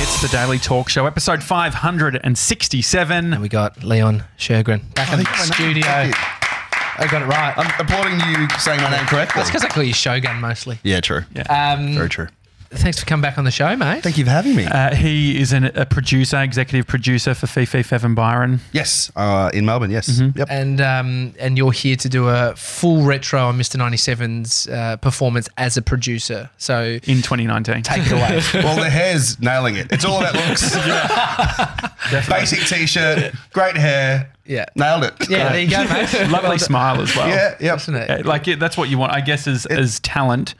It's the Daily Talk Show, episode 567. And we got Leon Shergren back Oh, in the studio. I got it right. I'm applauding you saying my name correctly. That's because I call you Shogun mostly. yeah, true. Yeah. Um, Very true. Thanks for coming back on the show, mate. Thank you for having me. Uh, he is an, a producer, executive producer for Fifi, Fev and Byron. yes, uh, in Melbourne, yes. Yep. And um, and you're here to do a full retro on Mr. 97's uh, performance as a producer. So In 2019. take it away. well, the hair's nailing it. It's all about looks. Basic t shirt, great hair. Yeah. Nailed it. yeah, there you go, mate. Lovely smile as well. Yeah, yep. Isn't it? Uh, Like yeah, that's what you want, I guess. As as talent,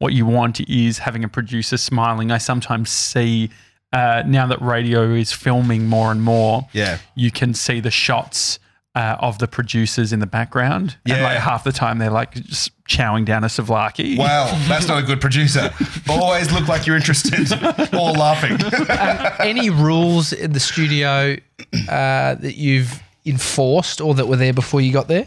what you want is having a producer smiling. I sometimes see uh, now that radio is filming more and more. Yeah. you can see the shots. Uh, of the producers in the background, and Yeah. like half the time they're like just chowing down a souvlaki. Wow, that's not a good producer. Always look like you're interested or laughing. Any rules in the studio uh, that you've enforced or that were there before you got there?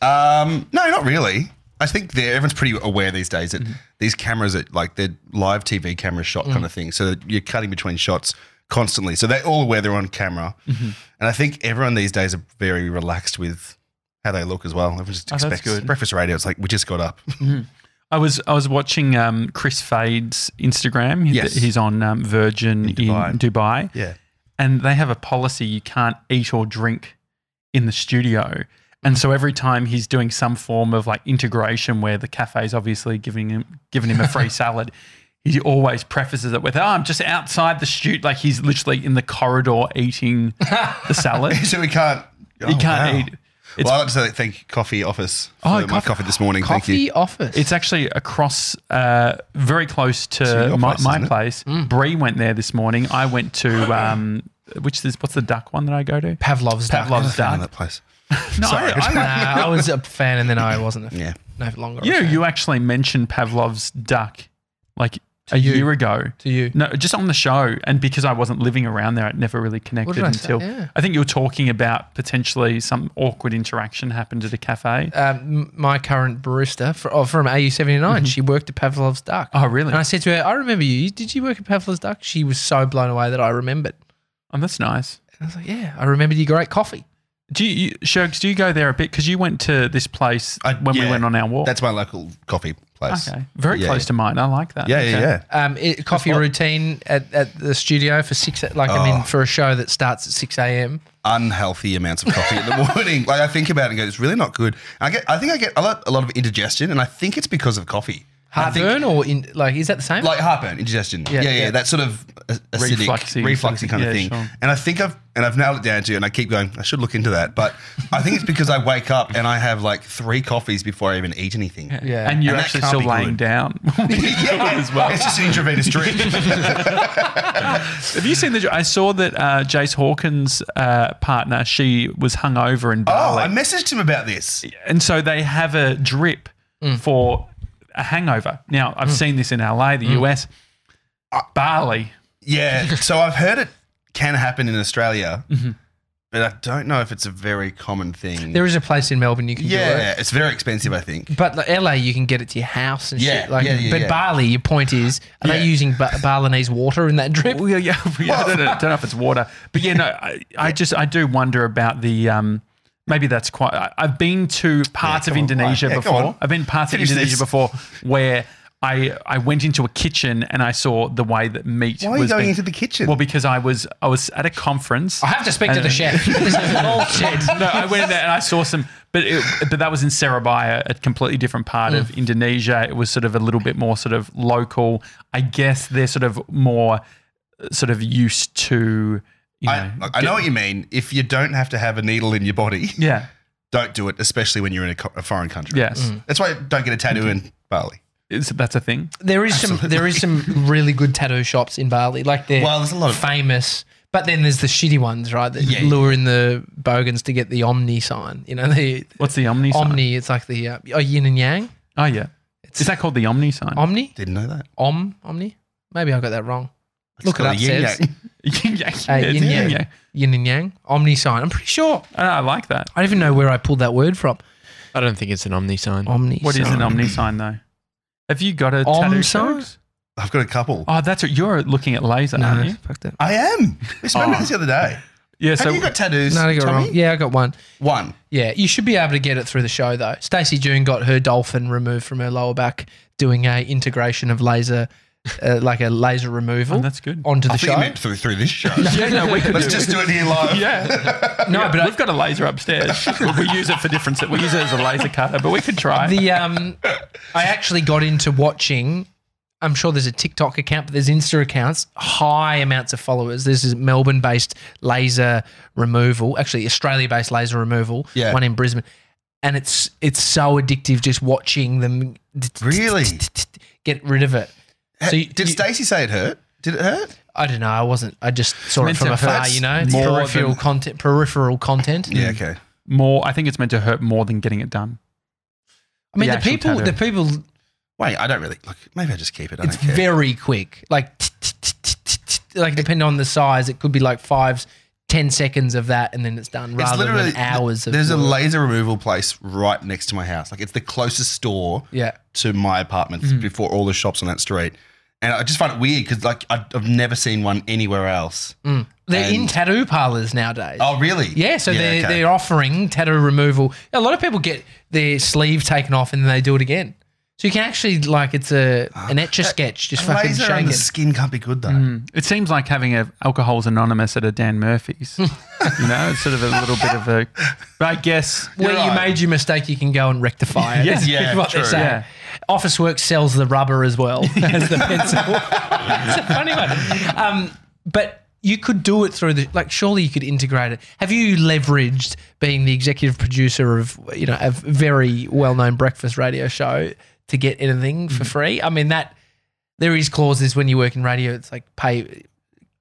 Um, no, not really. I think they're- everyone's pretty aware these days that Mm-hmm. these cameras are like they're live TV camera shot Mm. kind of thing. So that you're cutting between shots constantly. So they're all aware they're on camera. Mm-hmm. And I think everyone these days are very relaxed with how they look as well. Everyone just Oh, that's expects good. breakfast radio. It's like we just got up. I was I was watching um, Chris Fade's Instagram. He- Yes. he's on um, Virgin in Dubai. Dubai. Yeah. and they have a policy you can't eat or drink in the studio. And so every time he's doing some form of like integration where the cafe's obviously giving him giving him a free salad, he always prefaces it with, Oh, I'm just outside the studio. Like he's literally in the corridor eating the salad. So we can't. oh, he can't eat. It's, well, I'd like to say thank Coffee Office for Oh, my coffee. coffee- this morning. thank Coffee you. office. it's actually across, uh, very close To to your my, place, my isn't it? place. Mm. Bree went there this morning. I went to, um, which is, what's the duck one that I go to? Pavlov's duck. Pavlov's Fan of duck. Oh, that place. No, Sorry. I, I, Nah, I was a fan and then I wasn't a fan. Yeah. No longer. a You fan. you actually mentioned Pavlov's duck like a you. year ago. To you. No, just on the show, and because I wasn't living around there, it never really connected did I say? until Yeah. I think you were talking about potentially some awkward interaction happened at a cafe. um, m- my current barista for, oh, from AU79. Mm-hmm. She worked at Pavlov's Duck. Oh, really? And I said to her, I remember you. You- Did you work at Pavlov's Duck? She was so blown away that I remembered. oh, that's nice. And I was like, yeah, I remembered your great coffee. Do you, you Shergs, Do you go there a bit? Because you went to this place I- when we yeah, went on our walk. That's my local coffee place. okay, very Yeah, close yeah. to mine. I like that. Yeah, Okay. yeah, yeah. Um, it, coffee what- routine at, at the studio for six, like, I Oh. mean, for a show that starts at 6 a.m. unhealthy amounts of coffee in the morning. Like I think about it and go, it's really not good. And I get, I think I get a lot, a lot of indigestion, and I think it's because of coffee. I think- Heartburn or in, like, is that the same? like heartburn, indigestion. Yeah, yeah, yeah. that sort of a- acidic, Refluxy refluxy, sort of- kind of yeah, thing. sure. And I think I've and I've nailed it down to, and I keep going. I should look into that, but I think it's because I wake up and I have like three coffees before I even eat anything. Yeah. yeah. And you're And that actually can't still be laying good. down. as well. It's just an intravenous drink. Have you seen the? I saw that uh, Jace Hawkins' uh, partner, she was hungover in oh, Bali. I messaged him about this. and so they have a drip for a hangover. Now I've seen this in LA, the US, Bali. Yeah. So I've heard it can happen in Australia, but I don't know if it's a very common thing. there is a place in Melbourne you can do it. yeah, it's very expensive, I think. But like LA, you can get it to your house and Yeah, shit. Like, yeah, yeah, but yeah. Bali, your point is, are Yeah. they using ba- Balinese water in that drip? Well, yeah, yeah. yeah, I don't know, don't know if it's water, but yeah, no. I, I just I do wonder about the. Um, maybe that's quite. I, I've been to parts Yeah, of come on, Indonesia yeah, come before. on. I've been parts Finish of this. Indonesia before where. I, I went into a kitchen and I saw the way that meat. Why are you was going being- into the kitchen? Well, because I was I was at a conference. I have to speak to And- the chef. This is bullshit. no, I went in there and I saw some, but it, but that was in Surabaya, a completely different part of Indonesia. It was sort of a little bit more sort of local. I guess they're sort of more uh, sort of used to. You know, I, look, I know what you mean. If you don't have to have a needle in your body, Yeah. don't do it, especially when you're in a, co- a foreign country. Yes. That's why don't get a tattoo in Bali. Is, that's a thing. There is some there is some really good tattoo shops in Bali. Like they're Well, there's a lot of- famous. But then there's the shitty ones, right? That Yeah, yeah. lure in the bogans to get the omni sign. You know, the What's the omni sign? omni. It's like the uh, oh, yin and yang. Oh yeah. Is that called the omni sign? Omni, Didn't know that. om, omni. Maybe I got that wrong. Look it got a up. yin Says yang. yin yang. uh, Yeah, it's yin yin yang, yang. yin and yang, omni sign. I'm pretty sure. I, know, I like that. I don't even know where I pulled that word from. I don't think it's an omni sign. Omni. What is sign. an omni sign though? Have you got a Om tattoo? sign? Sharks? I've got a couple. Oh, that's what you're looking at laser, aren't No, you? fuck that. I am. We spoke about this the other day. Yeah. Have So you got tattoos? Oh. No, I got it Tommy? wrong. Yeah, I got one. One. Yeah, you should be able to get it through the show though. Stacey June got her dolphin removed from her lower back doing a integration of laser, uh, like a laser removal. Oh, that's good. Onto the I think show. you meant through, through this show. yeah, no, we could Let's do just it. do it here live. Yeah. no, but I- We've got a laser upstairs. we use it for different. We use it as a laser cutter, but we could try. the um, I actually got into watching. I'm sure there's a TikTok account, but there's Insta accounts, high amounts of followers. This is Melbourne-based laser removal, actually Australia-based laser removal. Yeah. one in Brisbane, and it's it's so addictive just watching them. Really? get rid of it. So you- Did you- Mm. Stacey say it hurt? Did it hurt? I don't know. I wasn't. I just saw it meant from to afar. hurt You know, it's more peripheral than- content. Peripheral content. Yeah, okay. more, I think it's meant to hurt more than getting it done. I mean, The the, actual people. The tattoo. people. Wait, I don't really. Look, maybe I just keep it. I It's don't care. very quick. Like, t- t- t- t- t- t- like depending on the size, it could be like five, ten seconds of that, and then it's done. It's Rather than hours of. There's a work. laser removal place right next to my house. Like it's the closest store Yeah. Mm-hmm. to my apartment before all the shops on that street. And I just find it weird because like I- I've never seen one anywhere else. They're in tattoo parlors nowadays. Oh, really? Mm. Yeah, so they're, okay. they're offering tattoo removal. A lot of people get their sleeve taken off and then they do it again. So you can actually like it's a an etch a sketch, just Ah. A fucking Mm. laser on shake the it. skin can't be good though. It seems like having a Alcohol's Anonymous at a Dan Murphy's. you know, it's sort of a little bit of a. But I guess where You're you right. made your mistake, you can go and rectify it. Yeah. Is Yeah, what true. they say. Yeah. Office work sells the rubber as well as the pencil. it's a funny one. Um, but you could do it through the like. Surely you could integrate it. Have you leveraged being the executive producer of you know a very well known breakfast radio show to get anything for Mm-hmm. free? I mean that there is clauses when you work in radio. It's like pay.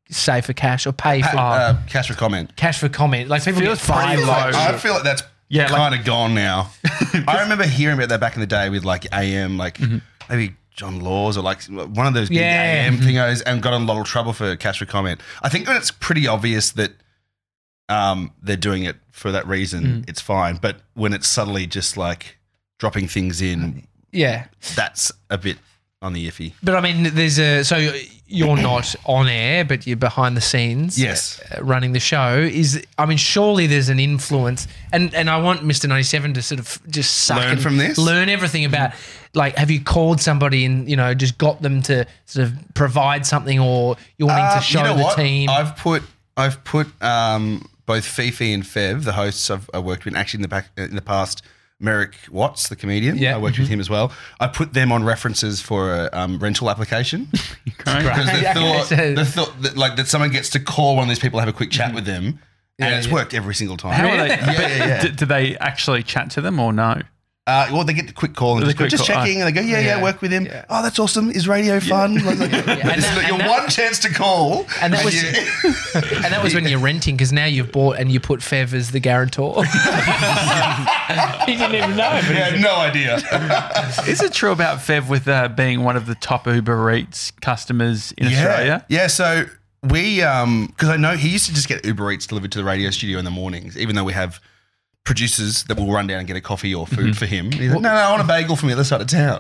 Save for cash or pay for Uh, cash for comment. cash for comment. Like people get Feels pretty five low. bucks. I feel like that's Yeah, like- kind of gone now. I remember hearing about that back in the day with like AM, like maybe John Laws or like one of those big Yeah. AM thingos, and got in a lot of trouble for cash for comment. I think when it's pretty obvious that um, they're doing it for that reason, it's fine. But when it's suddenly just like dropping things in, Yeah. that's a bit on the iffy. But I mean, there's a so you're not on air, but you're behind the scenes. Yes. uh, running the show is. I mean, surely there's an influence, and and I want Mister Ninety Seven to sort of just suck Learn and from this? learn everything about. Like, have you called somebody and you know just got them to sort of provide something, or you're wanting Uh, to show the team? I've put I've put um, both Fifi and Fev, the hosts I've I worked with, actually in the back in the past. Merrick Watts, the comedian, Yeah. Mm-hmm. I worked with him as well. I put them on references for a um, rental application because the Yeah, thought, so- Mm-hmm. the thought that, like that someone gets to call one of these people, have a quick chat with them, and it's yeah. worked every single time. How are they? Yeah, but yeah, yeah. Do, do they actually chat to them or no? Uh, well, they get the quick call and The just, go, quick just call, checking, and they go, "Yeah, yeah, uh, Yeah. work with him." Yeah. Oh, that's awesome! Is radio fun? Like, And like, this that- is your and that- one chance to call, And that was- you- and that was when you're renting because now you've bought and you put Fev as the guarantor. he didn't even know. But yeah, no idea. Is it true about Fev with uh, being one of the top Uber Eats customers in Australia? Yeah, so we um because I know he used to just get Uber Eats delivered to the radio studio in the mornings, even though we have producers that will run down and get a coffee or Mm-hmm. food for him. He's like, no, no, I want a bagel from the other side of town.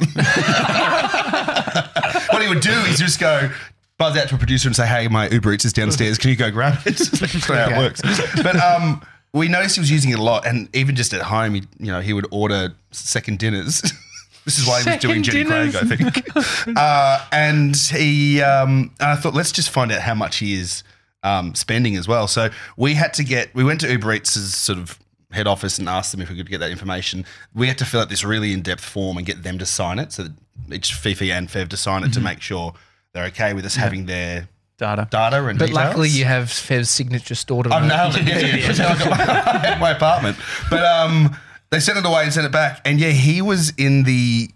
what he would do is just go buzz out to a producer and say, "Hey, my Uber Eats is downstairs. Can you go grab it?" That's how it works. But um, we noticed he was using it a lot, and even just at home, he, you know, he would order second dinners. this is why he was Second doing Jenny Craig, dinners. I think. uh, and he, um, and I thought, let's just find out how much he is um, spending as well. So we had to get, we went to Uber Eats' sort of head office and asked them if we could get that information. We had to fill out this really in depth form and get them to sign it. So that each Fifi and Fev to sign it Mm-hmm. to make sure they're okay with us having their Data. data and But details. luckily, you have Fev's signature stored on it. I've nailed it. Yeah, yeah. That's how I got my, at my apartment. But um, they sent it away and sent it back. And yeah, he was in the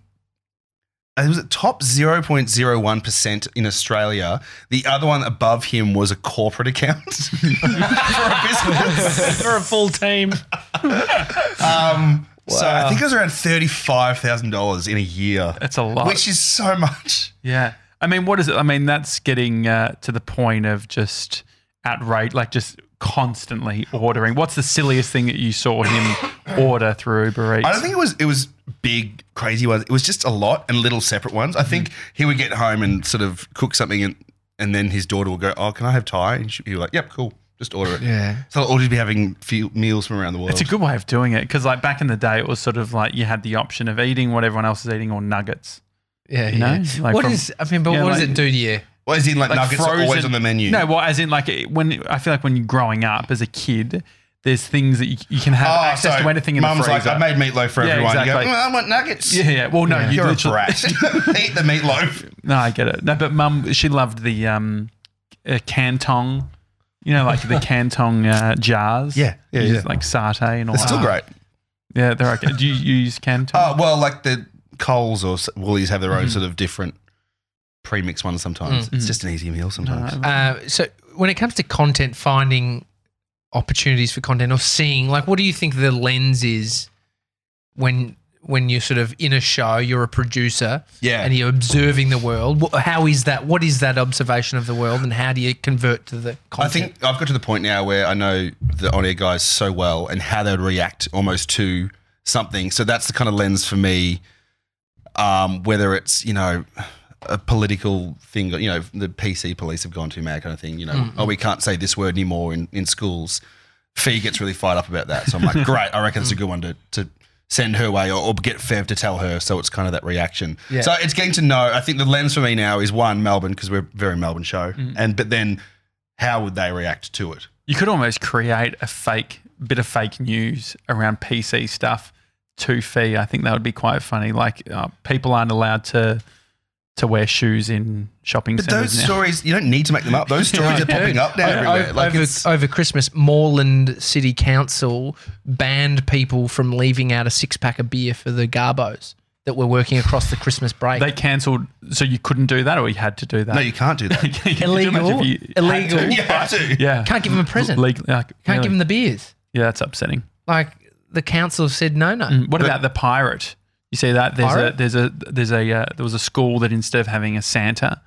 it was at top 0.01% in Australia. The other one above him was a corporate account for a business. for a full team. Um, So I think it was around $35,000 in a year, That's a lot. which is so much. Yeah. I mean, what is it? I mean, that's getting uh, to the point of just outrage, like just constantly ordering. What's the silliest thing that you saw him order through Uber Eats? I don't think it was. It was. big crazy ones. It was just a lot and little separate ones. I Mm-hmm. think he would get home and sort of cook something, and and then his daughter would go, "Oh, can I have Thai?" And she, he was like, "Yep, cool, just order it." Yeah. So they'll all just be having few meals from around the world. It's a good way of doing it because, like, back in the day, it was sort of like you had the option of eating what everyone else is eating or nuggets. Yeah, You know, like what from- is? I mean, but yeah, what does like- it do to you? well, as in like, Like nuggets are always on the menu. No, well, as in, like, it- when I feel like when you're growing up as a kid, there's things that you, you can have Oh, access so to anything in the mum's freezer. like, I made meatloaf for Yeah, everyone. You exactly. go, "Mm, I want nuggets. yeah, yeah. Well, no, you You're a literally- brat. Eat the meatloaf. No, I get it. No, but mum, she loved the um, uh, Canton, you know, like the Canton uh, jars. Yeah, yeah, You yeah. use, Like satay and all It's that. still great. Yeah, they're okay. Do you, you use Canton? Oh, well, like the Coles or S- Woolies have their Mm-hmm. own sort of different premix ones sometimes. It's just an easy meal sometimes. No. Uh, so when it comes to content finding opportunities for content or seeing, like, what do you think the lens is when when you're sort of in a show, you're a producer, Yeah. and you're observing the world. Wh- How is that? What is that observation of the world, and how do you convert to the I content? think I've got to the point now where I know the on air guys so well and how they would react almost to something. So that's the kind of lens for me, um, whether it's, you know, a political thing, you know, the PC police have gone too mad kind of thing, you know, Mm-hmm. oh, we can't say this word anymore in, in schools. Fee gets really fired up about that. So I'm like, great, I reckon it's a Mm. good one to, to send her way or, or get Fev to tell her. So it's kind of that reaction. Yeah. So it's getting to know. I think the lens for me now is one, Melbourne, because we're a very Melbourne show. Mm. And but then how would they react to it? You could almost create a fake bit of fake news around PC stuff to fee. I think that would be quite funny. Like uh, people aren't allowed to to wear shoes in shopping But centers those now. stories, you don't need to make them up. Those stories are popping up now O- everywhere. o- Like over, it's, over Christmas, Moreland City Council banned people from leaving out a six pack of beer for the Garbos that were working across the Christmas break. They cancelled, so you couldn't do that, or you had to do that. no, you can't do that. Could you imagine illegal, if you- illegal. you have to. Yeah, Can't give them a present. Leg- like, Can't give really? them the beers. Yeah, that's upsetting. Like the council said no, no. What about the pirate? You see that there's Pirate? a there's a there's a uh, there was a school that instead of having a Santa,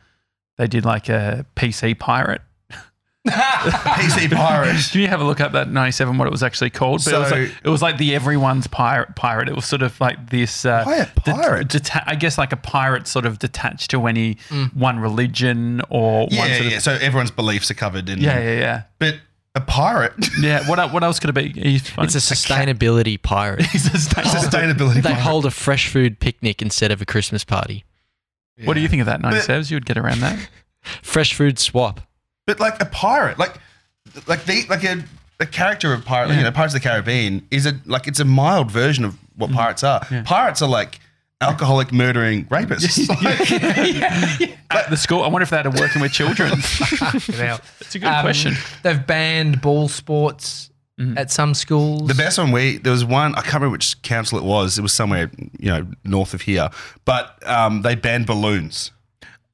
they did like a PC pirate. PC pirate. Do you have a look up that '97 what it was actually called? But it, was So- like, it was like the everyone's pirate. Pirate. It was sort of like this. Uh, Why a det- pirate? deta- I guess like a pirate, sort of detached to any one religion or one Yeah, sort yeah. of. So everyone's beliefs are covered. In, Yeah, yeah, yeah, But a pirate, yeah. What el- what else could it be? He's funny. It's a sustainability pirate. He's a sta- sustainability. they pirate. hold a fresh food picnic instead of a Christmas party. What do you think of that '97? You would get around that. Fresh food swap. but like a pirate, like like the like a, a character of pirate, you know, Pirates of the Caribbean is a like it's a mild version of Mm. what pirates are. Pirates are like alcoholic murdering rapists. Like, At the school. I wonder if they had a working with children. Um, About? It's a good question. Um, Mm. They've banned ball sports at some schools. The best one we there was one I can't remember which council it was. It was somewhere you know north of here, but um, they banned balloons.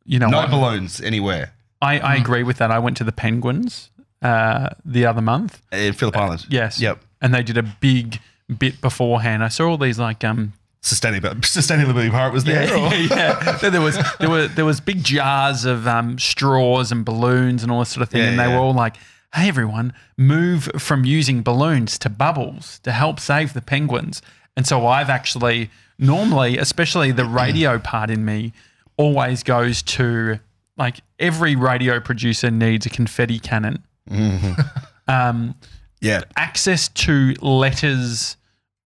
You know, No what? balloons anywhere I, I agree with that. I went to the Penguins uh, the other month. in Phillip Island. Yes. Yep. And they did a big bit beforehand. I saw all these like um Sustainability, sustainability pirate was there. yeah, yeah. There was there were there was big jars of um, straws and balloons and all this sort of thing, Yeah, and they yeah. were all like, "Hey, everyone, move from using balloons to bubbles to help save the penguins." And so I've actually normally, especially the radio part in me, always goes to like every radio producer needs a confetti cannon yeah. access to letters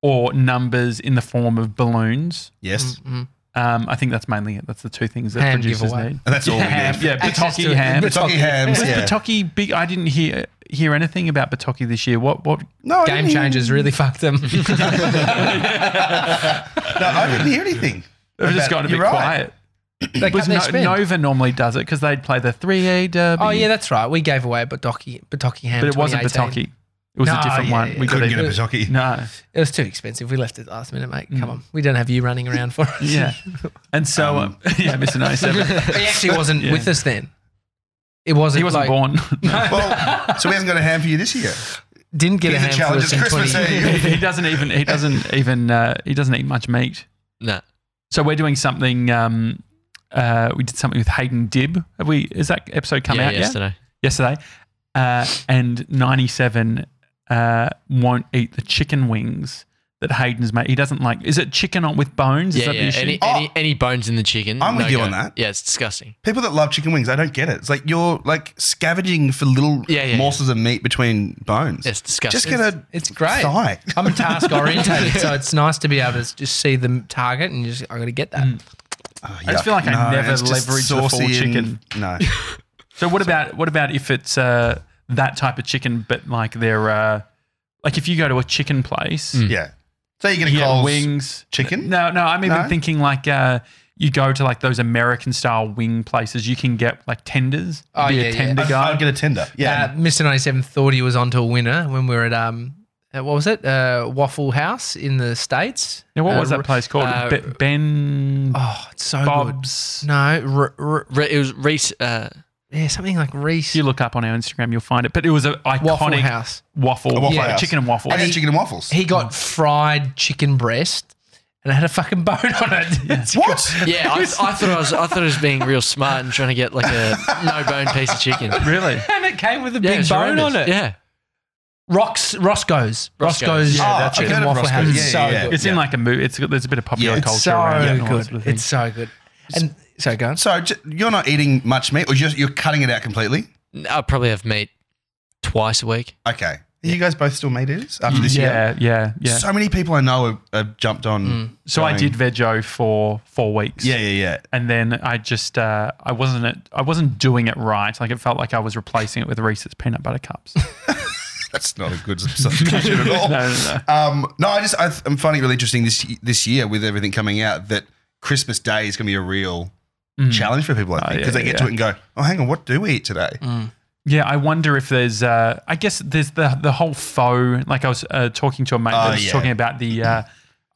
or numbers in the form of balloons. Yes. Um, I think that's mainly it. That's the two things that Ham producers giveaway. need. And that's all we ham, need. yeah, Access Bataki to- ham. Bat- Bataki hams. Was Yeah. Bataki big? I didn't hear hear anything about Bataki this year. What what? no, I didn't Game hear- changers really fucked them. No, I didn't hear anything. They've just about- gone a bit you're right. quiet. they cut Was their no, spend. Nova normally does it because they'd play the three A derby. Oh yeah, that's right. We gave away a Batoki Batoki ham. but it wasn't 2018. Bataki. It was No, a different yeah, one. yeah. We Couldn't got get a it. Bataki. No. It was too expensive. We left it last minute, mate. Come on, we don't have you running around for us. Mm. Yeah. And so um, yeah, Mr. 97. he actually wasn't with us then. It wasn't. He wasn't like- born. Well, so we haven't got a ham for you this year. Didn't get a Here's ham a for challenge. us It's in Christmas 20 Eve. he doesn't even he doesn't even uh, he doesn't eat much meat. Nah. So we're doing something. Um, uh, we did something with Hayden Dibb. Have we? Is that episode come yeah, out yet? yesterday. Yesterday. Uh, and ninety seven uh, won't eat the chicken wings that Hayden's made. He doesn't like. Is it chicken on with bones? Is Yeah, that yeah. the issue? Any, Oh. any, any bones in the chicken? I'm with no you go. on that. Yeah, it's disgusting. People that love chicken wings, I don't get it. It's like you're like scavenging for little Yeah, yeah, morsels of meat between bones. It's disgusting. Just get a It's great. thigh. I'm a task orientated, so it's nice to be able to just see the target and just I'm gonna get that. Mm. Uh, I just feel like I never leverage the full chicken. No, So what about what about if it's uh, that type of chicken, but like they're uh, like if you go to a chicken place, Mm. yeah. So you get a you get Coles wings, chicken? No, no. I'm even No? thinking like uh, you go to like those American style wing places. You can get like tenders. Oh, be yeah, a yeah. tender I'd, guy. I'd get a tender. Uh, Yeah, Mr. 97 thought he was onto a winner when we were at um uh, what was it? Uh, Waffle House in the States. Now, what was Uh, that place called? uh, Be- ben Oh, it's so Bob's. good. No, r- r- Re- it was Reese. Uh, yeah, something like Reese If you look up on our Instagram, you'll find it. But it was an iconic Waffle waffle, House. A waffle yeah, house. chicken and waffle. and it's chicken and waffles. He Mm. got fried chicken breast and it had a fucking bone on it. It's what? yeah, I, I thought I was. I thought I was being real smart and trying to get like a no bone piece of chicken. Yeah, really? And it came with a it big was bone on horrendous. it. Yeah, Rocks, Roscoe's. Roscoe's. Roscoe's. Yeah, that's chicken it. and I've heard waffle of house. It's Roscoe's. so Yeah, yeah, yeah. good. It's in like a movie. It's got- there's a bit of popular Yeah, it's culture so around it. and all that good. sort of thing. it's so good. And so go on. So j- you're not eating much meat, or you're, you're cutting it out completely? I'll probably have meat twice a week. Okay. Are you guys both still meat eaters after this year? yeah, yeah, yeah. So many people I know have, have jumped on. So I going- did vego for four weeks. Yeah, yeah, yeah. And then I just uh, I wasn't at, I wasn't doing it right. Like it felt like I was replacing it with Reese's peanut butter cups. That's not a good substitution at all. no, no, Um, no, I just I, th- I'm finding it really interesting this y- this year with everything coming out that Christmas Day is going to be a real challenge for people. I think Mm. yeah, because they get to yeah. Mm. it and go, oh, hang on, what do we eat today? yeah, I wonder if there's uh, I guess there's the the whole faux. Like I was uh, talking to a mate Oh, that was yeah. talking about the uh,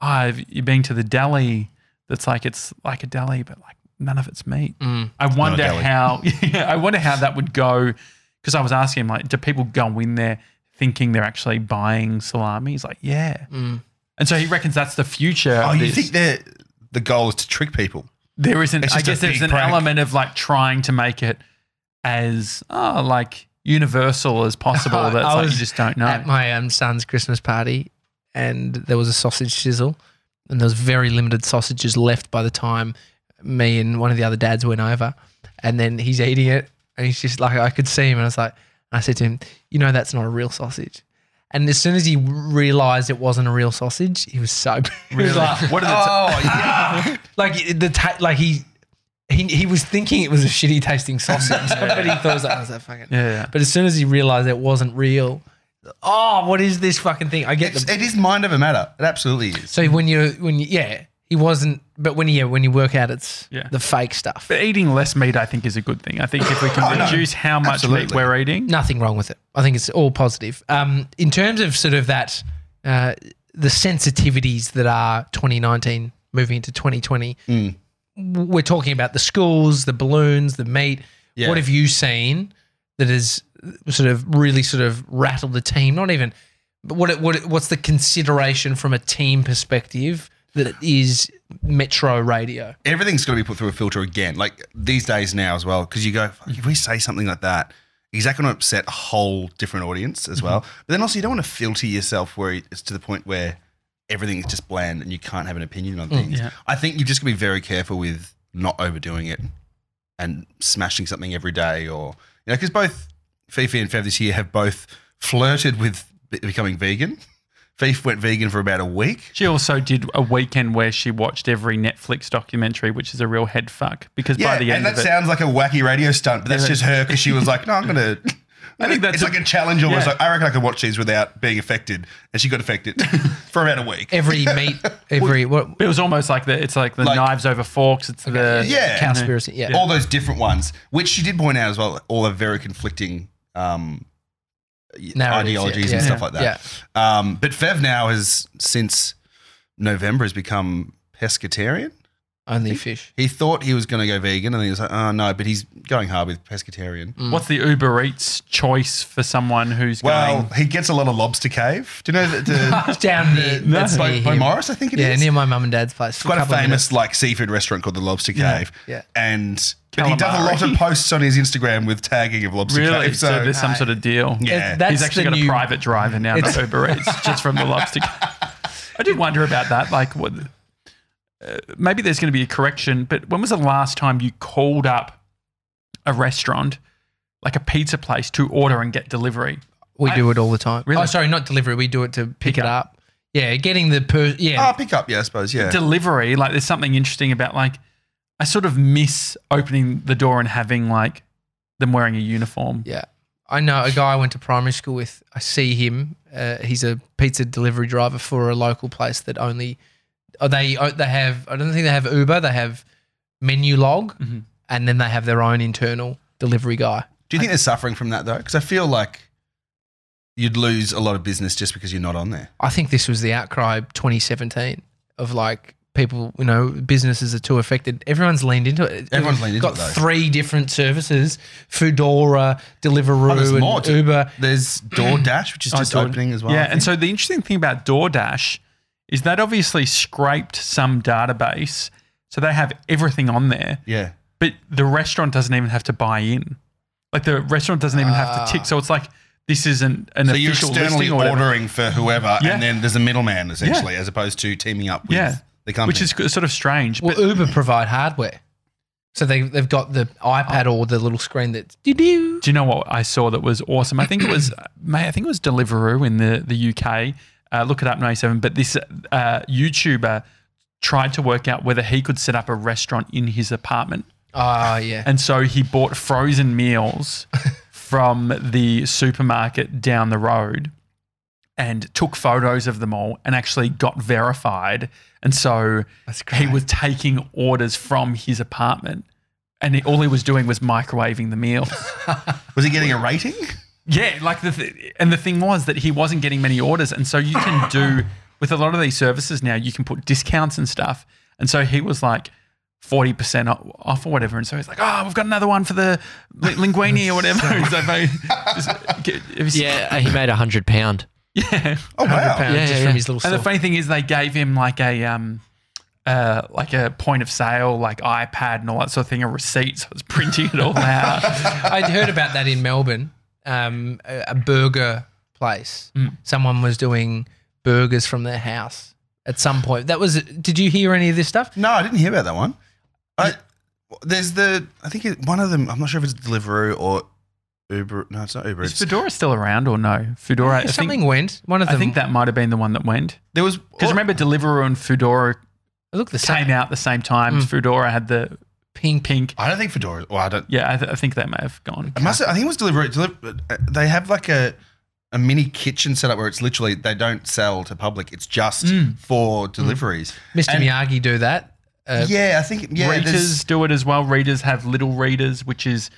oh, have you been to the deli that's like it's like a deli but like none of it's meat. I wonder Mm. deli. how yeah, I wonder how that would go because I was asking him like do people go in there thinking they're actually buying salami? He's like yeah. And so he reckons that's the future. Mm. Oh, of you this. think that the goal is to trick people? there isn't. It's I just a guess there's big an prank. element of like trying to make it as oh, like universal as possible. Oh, that's I like you was just don't know. At my um, son's Christmas party, and there was a sausage sizzle, and there was very limited sausages left by the time me and one of the other dads went over, and then he's eating it, and he's just like, I could see him, and I was like, I said to him, you know, that's not a real sausage. And as soon as he realised it wasn't a real sausage, he was so he was like, what Oh, yeah. like the ta- like he. He, he was thinking it was a shitty tasting sausage, but he thought it was like, oh, is that fucking? yeah, yeah. But as soon as he realized it wasn't real, oh, what is this fucking thing? I get It's- the. it is mind over matter. It absolutely is. So when you when you yeah, he wasn't. But when you yeah, when you work out, it's Yeah. the fake stuff. But eating less meat, I think, is a good thing. I think if we can reduce how much meat Oh, Absolutely. we're eating, Nothing wrong with it. I think it's all positive. Um, in terms of sort of that, uh, the sensitivities that are 2019 moving into 2020. Mm. w- We're talking about the schools, the balloons, the meat. Yeah. What have you seen that has sort of really sort of rattled the team? Not even, but what it- what it- what's the consideration from a team perspective that it is Metro Radio? Everything's got to be put through a filter again, like these days now as well. Because you go, "Fuck, if we say something like that, he's going to upset a whole different audience as well. But then also, you don't want to filter yourself where it's to the point where everything is just bland and you can't have an opinion on things. yeah. I think you've just got to be very careful with not overdoing it and smashing something every day, or you know, because both Fifi and Fev this year have both flirted with be- becoming vegan. Fifi went vegan for about a week. she also did a weekend where she watched every Netflix documentary, which is a real head fuck. Because by the end and that of it, sounds like a wacky radio stunt, but that's Yeah, just her because she was like, "No, I'm gonna." I think that's it's a- like a challenge almost. yeah. Like I reckon I could watch these without being affected, and she got affected for about a week. Every meat, every what it was almost like the it's like the Like- knives over forks. It's the Yeah. conspiracy? yeah. All those different ones, which she did point out as well, all are very conflicting um, Narratives, ideologies yeah, yeah. and stuff like that. Um, but Fev now has since November has become pescatarian. Only fish. He thought he was going to go vegan, and then he was like, "Oh no!" But he's going hard with pescatarian. What's the Uber Eats choice for someone who's Well, going? he gets a lot of lobster cave. Do you know that? The, It's down near, that's Bo, near Bo him. Morris, I think it is. yeah, near my mum and dad's place. It's quite a couple of famous like seafood restaurant called the Lobster Cave. yeah. And but he does a lot of Calamari. posts on his Instagram with tagging of Lobster Really? Cave. so, So, uh, there's some sort of deal. yeah. That's He's actually the got new- a private driver now, not Uber Eats, just from the lobster. Ca- I do wonder about that. Like, what? uh, maybe there's going to be a correction. But when was the last time you called up a restaurant, like a pizza place, to order and get delivery? We do it all the time. Really? Oh, sorry, not delivery. We do it to pick, it up. Yeah, getting the per. Yeah, Ah, pick up. Yeah, I suppose. Yeah. Delivery, like, there's something interesting about like I sort of miss opening the door and having like them wearing a uniform. yeah. I know a guy I went to primary school with. I see him. Uh, he's a pizza delivery driver for a local place that only oh, they oh, they have. I don't think they have Uber. They have menu log, and then they have their own internal delivery guy. Do you think they're suffering from that though? Because I feel like you'd lose a lot of business just because you're not on there. I think this was the outcry of 2017 of like people, you know, businesses are too affected. Everyone's leaned into it. Everyone's leaned into got it, though. three different services: Foodora, Oh, there's Deliveroo, more and to- Uber. There's DoorDash, which is Oh, just Door- opening as well. Yeah, I and think. so the interesting thing about DoorDash is that obviously scraped some database, so they have everything on there. yeah. but the restaurant doesn't even have to buy in. Like the restaurant doesn't even have to tick. So it's like this isn't an Ah. So you're official externally listing or whatever. ordering for whoever, Yeah. and then there's a middleman essentially, as opposed to teaming up with Yeah. the company. which is g- sort of strange. Well, but Uber provide hardware, so they they've got the iPad or the little screen that do do you know what I saw that was awesome? I think it was, may I think it was Deliveroo in the the UK. Uh, look it up, ninety seven. But this uh, YouTuber tried to work out whether he could set up a restaurant in his apartment, Oh yeah, and so he bought frozen meals from the supermarket down the road. and took photos of them all and actually got verified. And so he was taking orders from his apartment. And he- all he was doing was microwaving the meal. was he getting a rating? yeah, like the th- and the thing was that he wasn't getting many orders, and so you can do with a lot of these services now. You can put discounts and stuff, and so he was like forty percent off or whatever. And so he's like, "Oh, we've got another one for the li- linguine or whatever." He's like, mate, just get- have you seen- Yeah, uh, he made a hundred pound. yeah. Oh wow! Pounds Yeah, just yeah, from yeah. his little And the store. funny thing is, they gave him like a um, uh, like a point of sale, like iPad and all that sort of thing, a receipt. So I was printing it all out. I'd heard about that in Melbourne, um, a, a burger place. Mm. Someone was doing burgers from their house at some point. That was. Did you hear any of this stuff? No, I didn't hear about that one. I, there's the I think it, one of them. I'm not sure if it's Deliveroo or Uber. No, it's not Uber. is It's, Fedora still around or no? Fedora. I Something think, went. One of them. I think that might have been the one that went there was because remember Deliveroo and Fedora Look, the same came out the same time. Mm. Fedora had the pink. pink. I don't think Fedora. Well, I don't. Yeah, I, th- I think that may have gone. I must. I think it was Deliveroo. Deliver, uh, they have like a a mini kitchen set up where it's literally they don't sell to public. It's just for deliveries. Mr. And- Miyagi do that. Uh, Yeah, I think yeah. there's- readers do it as well. Readers have little readers, which is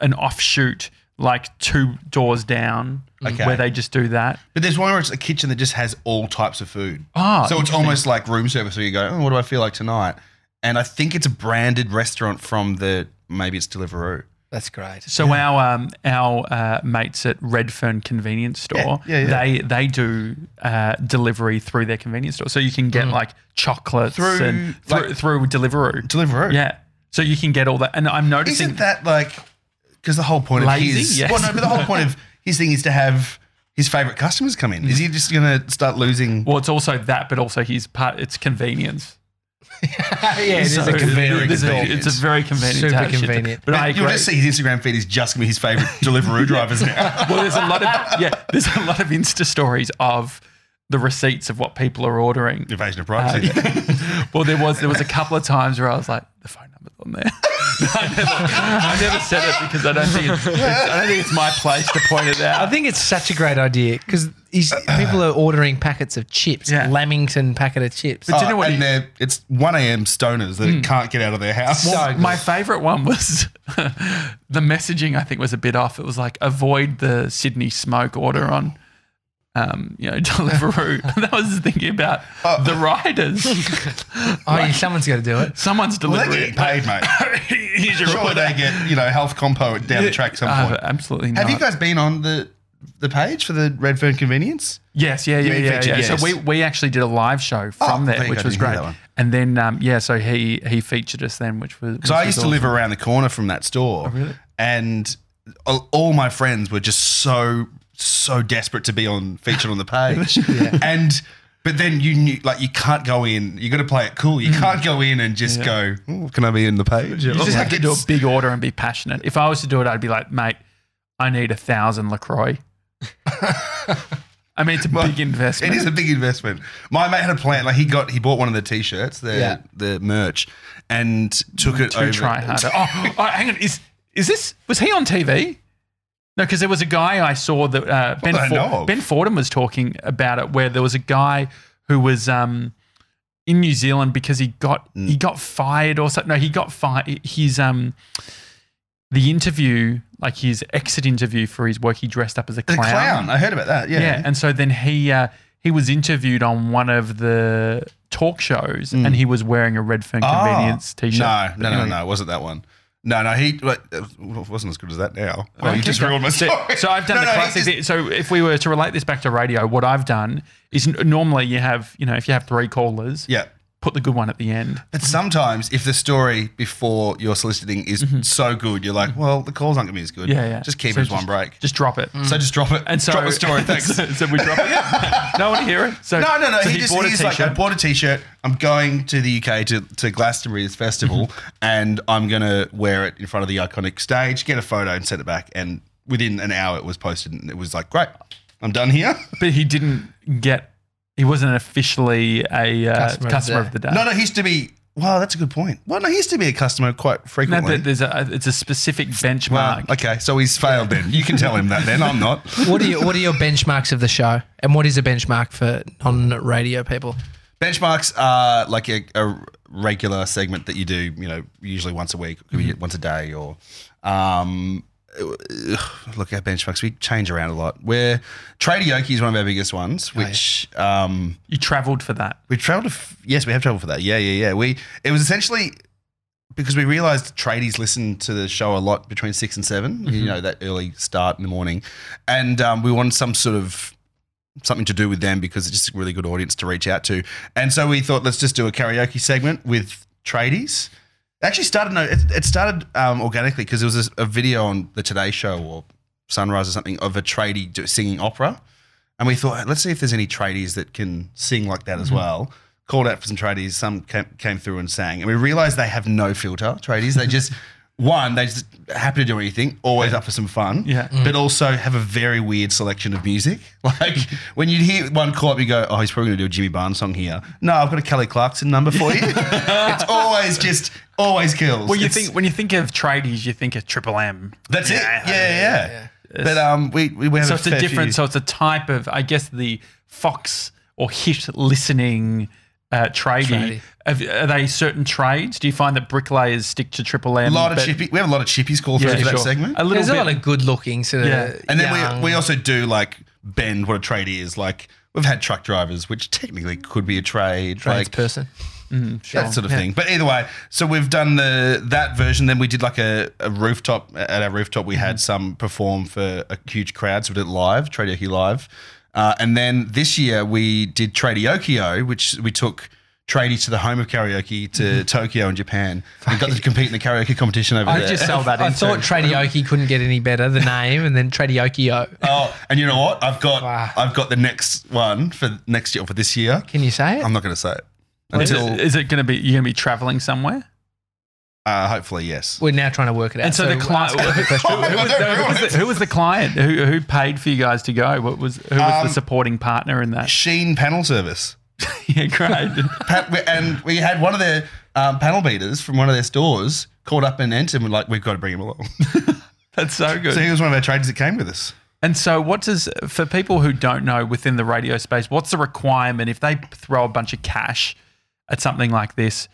an offshoot, like two doors down, Okay. where they just do that. But there's one where it's a kitchen that just has all types of food. Ah, so it's almost like room service where you go, oh, what do I feel like tonight? And I think it's a branded restaurant from the maybe it's Deliveroo. That's great. So our um, our uh, mates at Redfern convenience store, Yeah, yeah, yeah. they they do uh, delivery through their convenience store, so you can get like chocolates Mm. Through, and through, like- through Deliveroo. Deliveroo. Yeah, so you can get all that. And I'm noticing Isn't that like because the whole point Lazy? of his Yes. well, no, but the whole point of his thing is to have his favorite customers come in. Is he just gonna start losing? well, it's also that, but also his part. It's convenience. yeah, it is So a convenient. it's a- convenience. It's a very convenient. to Super have shit to- convenient. But I agree. You'll just see his Instagram feed is just gonna be his favorite Deliveroo drivers now. well, there's a lot of yeah, there's a lot of Insta stories of the receipts of what people are ordering. Invasion of privacy. Uh, Well, there was there was a couple of times where I was like, the phone number's on there. I, never, I never said it because I don't think it's, I don't think it's my place to point it I out. think it's such a great idea because people are ordering packets of chips, Yeah. Lamington packet of chips. Oh, do you know what Uh, and he- Hmm. they're, it's 1 a.m. stoners that can't get out of their house. So good. My favorite one was the messaging. I think was a bit off. It was like avoid the Sydney smoke order on. Um, you know, Deliveroo. that was thinking about the riders. oh, yeah, someone's got to do it. Someone's Well, they delivery. get paid, mate. Here's your Surely order. they get you know health compo down the track some Uh, point. absolutely not. Have you guys been on the the page for the Redfern convenience? Yes, yeah, yeah, mean yeah, featured, yeah. yes. So we, we actually did a live show from Oh, there, there you which go, was I didn't hear great. that one. And then um, yeah, so he he featured us then, which was Because I used to live around the corner from that store, Oh, really? and all, all my friends were just so so desperate to be on featured on the page, and. But then you knew, like, you can't go in. You got to play it cool. You can't go in and just go. "Oh, can I be in the Mm. page? You just Like, have to do a it's- big order and be passionate. If I was to do it, I'd be like, mate, I need a thousand Lacroix. I mean, it's a big investment. It is a big investment. My mate had a plan. Like he got, he bought one of the t-shirts, the Yeah. the merch, and took it to over. try harder. Oh, oh, hang on. Is is this was he on TV? No, because there was a guy I saw that uh, Ben that I know of. ben Fordham was talking about it, where there was a guy who was um, in New Zealand because he got Mm. he got fired or something. No, he got fired. His um, the interview, like his exit interview for his work, he dressed up as a The clown. clown. I heard about that. Yeah. Yeah, and so then he uh, he was interviewed on one of the talk shows, and he was wearing a Redfern Mm. Ah. convenience T-shirt. No, But no, no, no, anyway. no. It wasn't that one. No, no. He well, it wasn't as good as that. Now. Well, you Okay. just ruined my So, story. so I've done No, the no, he classic. just- thing. So if we were to relate this back to radio, what I've done is n- normally you have, you know, if you have three callers, yeah. put the good one at the end. But sometimes, if the story before your soliciting is so good, you're like, well, the calls aren't going to be as good. Mm-hmm. Yeah, yeah. Just keep So it as one break. Just drop it. so just drop it. And so drop the story. Thanks. so, so we drop it. Yeah. no one hear it. So No, no, no. So he, just he's like, I bought a t-shirt. I'm going to the UK to, to Glastonbury's festival, and I'm gonna wear it in front of the iconic stage. Get a photo and send it back. And within an hour, it was posted, and it was like, great, I'm done here. but he didn't get. He wasn't officially a uh, Customer customer, of of the day. No, no. He used to be. Wow, that's a good point. Well, no, uh, he used to be a customer quite No, frequently. but there's a it's a specific benchmark. Wow, okay, so he's failed then. You can tell him that then. I'm not. What are, you, what are your benchmarks of the show? And what is a benchmark for non radio people? Benchmarks are like a, a regular segment that you do, you know, usually once a week, could be once a day, or um, ugh, look at benchmarks. We change around a lot. Where Tradioki is one of our biggest ones, which um, You travelled for that. we traveled. To f- yes, we have traveled for that. Yeah, yeah, yeah. We it was essentially because we realized tradies listen to the show a lot between six and 7 You know that early start in the morning, and um, we wanted some sort of something to do with them because it's just a really good audience to reach out to. And so we thought let's just do a karaoke segment with tradies. It actually started no, it, it started um, organically because there was a, a video on the Today Show or Sunrise or something of a tradie do, singing opera. And we thought, let's see if there's any tradies that can sing like that as Mm-hmm. well. Called out for some tradies. Some came, came through and sang. And we realized they have no filter, tradies. They just, one, they just happy to do anything, always up for some fun. Yeah. But also have a very weird selection of music. Like when you hear one call up, you go, oh, he's probably going to do a Jimmy Barnes song here. No, I've got a Kelly Clarkson number for you. it's always just, always kills. Well, you It's- think when you think of tradies, you think of Triple M. That's it. Yeah, yeah. yeah. But um, we, we have So it's a fair few- different. So it's a type of, I guess, the Fox or hit listening uh, tradie. Tradie. Have- Are they certain trades? Do you find that bricklayers stick to Triple M? a lot of but- chippy. We have a lot of chippies call through Yeah, to that sure. segment. A little There's bit. a lot of good looking sort of. Yeah. And then young- we, we also do like bend what a trade is. Like we've had truck drivers, which technically could be a trade, like person. that sort of thing. But either way, so we've done the that version. Then we did like a, a rooftop at our rooftop. We had some perform for a huge crowd. So we did it live, Tradeoke live. Uh, and then this year we did Tradeokeo, which we took tradie to the home of karaoke to Tokyo in Japan and got to compete in the karaoke competition over I there. just sell that I into. thought Tradioki couldn't get any better, the name, and then Tradiokio. Oh, and you know what? I've got Wow. I've got the next one for next year or for this year. Can you say it? Um, I'm not going to say it is until it, is it going to be? You're going to be traveling somewhere? uh, hopefully yes. We're now trying to work it out. And so, the client. ask- Who, who was, no, who was the, who was the client? Who, who paid for you guys to go? What was who was the Um, supporting partner in that? Sheen panel service, yeah, great. Pa- we- and we had one of their um, panel beaters from one of their stores called up and entered. And we're like, we've got to bring him along. That's so good. so he was one of our traders that came with us. And so, what does for people who don't know within the radio space, what's the requirement if they throw a bunch of cash at something like this?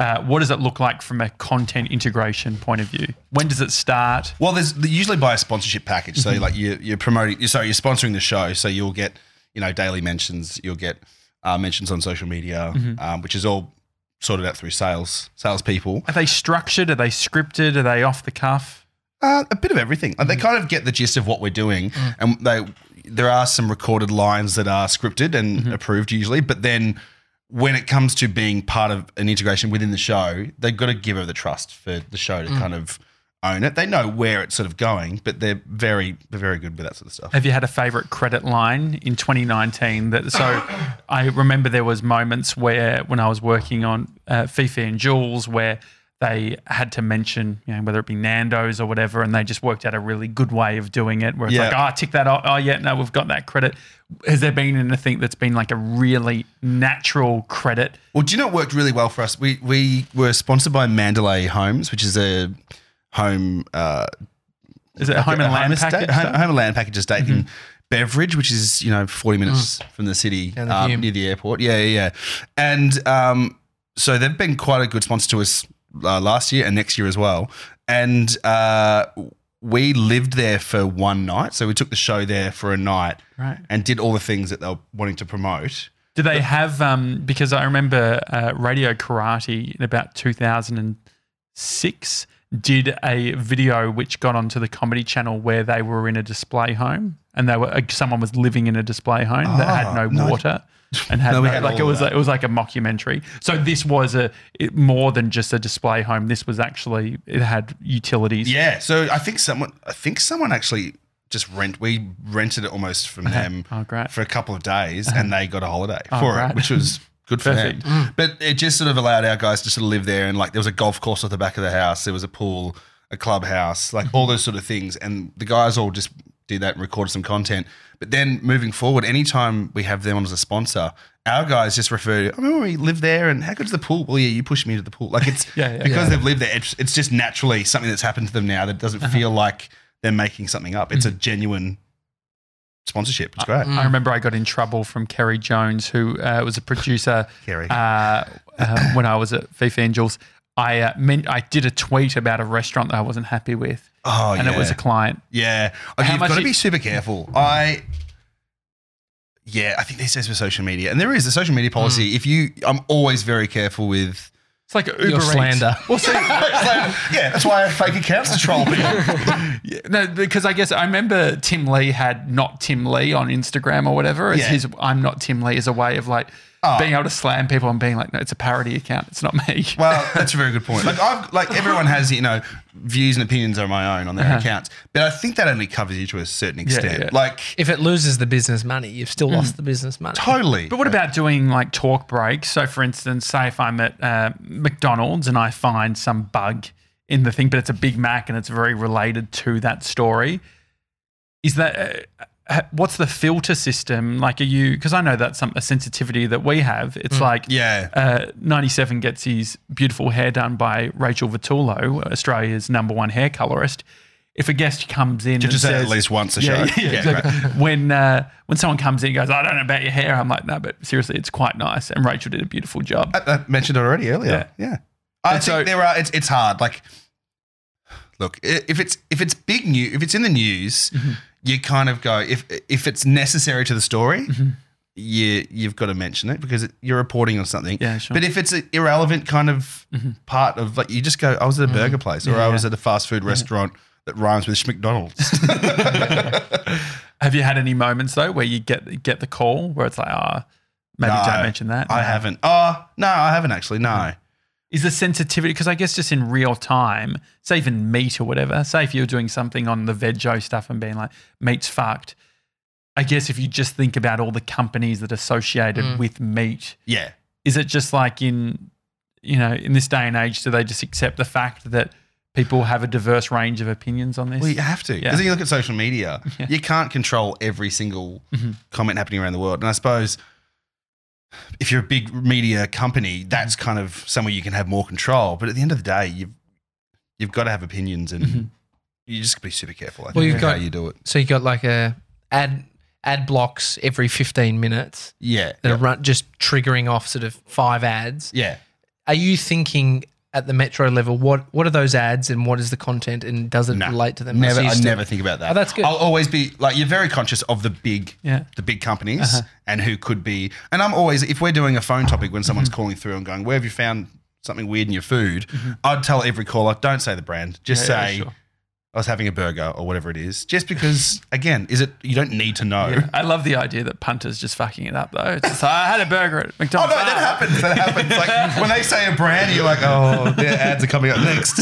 Uh, what does it look like from a content integration point of view? When does it start? Well, there's they usually buy a sponsorship package. So like you, you're promoting, you- sorry, you're sponsoring the show. So you'll get, you know, daily mentions. You'll get uh, mentions on social media, um, which is all sorted out through sales salespeople. Are they structured? Are they scripted? Are they off the cuff? Uh, a bit of everything. Like, They kind of get the gist of what we're doing, and they there are some recorded lines that are scripted and approved usually. But then when it comes to being part of an integration within the show, they've got to give her the trust for the show to kind of own it. They know where it's sort of going, but they're very they're very good with that sort of stuff. Have you had a favorite credit line in 2019? That so, I remember there was moments where when I was working on uh, Fifi and Jules, where they had to mention, you know, whether it be Nando's or whatever, and they just worked out a really good way of doing it. Where it's Yeah. like, oh, tick that off. Oh, yeah, no, we've got that credit. Has there been anything that's been like a really natural credit? Well, do you know what worked really well for us? We we were sponsored by Mandalay Homes, which is a home uh, Is it a home a and land estate- package? home, stuff? home and land package estate in Beveridge, which is you know forty minutes from the city the um, Hume. near the airport. Yeah, yeah, yeah. And um, so they've been quite a good sponsor to us uh, last year and next year as well. And uh, we lived there for one night, so we took the show there for a night Right. and did all the things that they were wanting to promote. Do they have um because I remember uh, Radio Karate in about 2006 did a video which got onto the comedy channel where they were in a display home and they were uh, someone was living in a display home that had no, water and had Ah, No, no, we had all like it of was that. like, it was like a mockumentary. So this was a it, more than just a display home. This was actually it had utilities. Yeah, so I think someone, I think someone actually just rent. We rented it almost from them Oh, great. Uh-huh. Oh, for a couple of days, and they got a holiday for it, great. which was good for Perfect. Mm. them. But it just sort of allowed our guys to sort of live there, and like there was a golf course at the back of the house, there was a pool, a clubhouse, like Mm-hmm. all those sort of things, and the guys all just did that and recorded some content. But then moving forward, anytime we have them on as a sponsor. Our guys just refer. I remember we lived there, and how good's the pool? Well, yeah, you pushed me to the pool. Like it's Yeah, yeah. because they've lived there. It's, it's just naturally something that's happened to them now that doesn't Uh-huh. feel like they're making something up. Mm. It's a genuine sponsorship. It's great. I remember I got in trouble from Kerry Jones, who uh, was a producer. Kerry. Uh, uh, when I was at FIFA Angels, I uh, meant I did a tweet about a restaurant that I wasn't happy with, Oh, and yeah. it was a client. yeah. Oh, How you've much got to it- be super careful. I. Yeah, I think these days with social media, and there is a social media Mm. policy. If you, I'm always very careful with. It's like Uber Your Eats. slander. Well, see, yeah, that's why I have fake accounts to troll people. yeah, no, because I guess I remember Tim Lee had not Tim Lee on Instagram or whatever. It's Yeah. Oh. his I'm not Tim Lee is a way of like being able to slam people and being like, no, it's a parody account. It's not me. Well, that's a very good point. Like I've like everyone has, you know, views and opinions are my own on their accounts. But I think that only covers you to a certain extent. Uh-huh. yeah. Like If it loses the business money, you've still Mm. lost the business money. totally. But what about doing like talk breaks? So, for instance, say if I'm at uh, McDonald's and I find some bug in the thing, but it's a Big Mac and it's very related to that story. Is that uh, ha- what's the filter system like? Are you because I know that's some a sensitivity that we have. It's like Mm, Yeah. uh, 97 gets his beautiful hair done by Rachel Vitullo, Australia's number one hair colorist. If a guest comes in, and just say it says, at least once a yeah, show. yeah, Yeah, exactly. When uh, when someone comes in and goes, I don't know about your hair, I'm like, no, but seriously, it's quite nice. And Rachel did a beautiful job. I, I mentioned it already earlier. Yeah. I think so- there are. It's, it's hard. Like, look, i- if it's if it's big news, if it's in the news, Mm-hmm. you kind of go if if it's necessary to the story. Mm-hmm. You, you've got to mention it because it, you're reporting on something. Yeah, sure. Mm-hmm. But if it's an irrelevant kind of part of, like, you just go, I was at a burger place or I was at a fast food restaurant that rhymes with McDonald's. Have you had any moments though where you get get the call where it's like, ah, maybe No, don't mention that? I haven't. Oh, no, I haven't actually. No. Mm-hmm. Is the sensitivity because I guess just in real time, say even meat or whatever, say if you're doing something on the veggie stuff and being like meat's fucked. I guess if you just think about all the companies that are associated with meat, Yeah. is it just like in you know in this day and age do they just accept the fact that people have a diverse range of opinions on this Well, you have to. Yeah. Because then you look at social media, you can't control every single Mm-hmm. comment happening around the world. And I suppose if you're a big media company, that's Mm-hmm. kind of somewhere you can have more control. But at the end of the day, you've you've got to have opinions, and you just gotta be super careful. I think, Mm-hmm. Well, you've with got- how you do it. So you got like a ad ad blocks every 15 minutes Yeah, that are run, just triggering off sort of five ads. yeah. Are you thinking at the metro level what what are those ads and what is the content and does it Nah. relate to them? Never, So you I still- never think about that. Oh, that's good. I'll always be like you're very conscious of the big, Yeah. the big companies and who could be. And I'm always if we're doing a phone topic when someone's calling through and going, "Where have you found something weird in your food?" I'd tell every caller, "Don't say the brand, just Yeah, yeah, say." sure. I was having a burger or whatever it is. Just because, again, is it you don't need to know. I love the idea that punters just fucking it up though. It's just, I had a burger at Oh no, McDonald's. Ah, that happens. That happens. Like when they say a brand, you're like, oh, their ads are coming up next.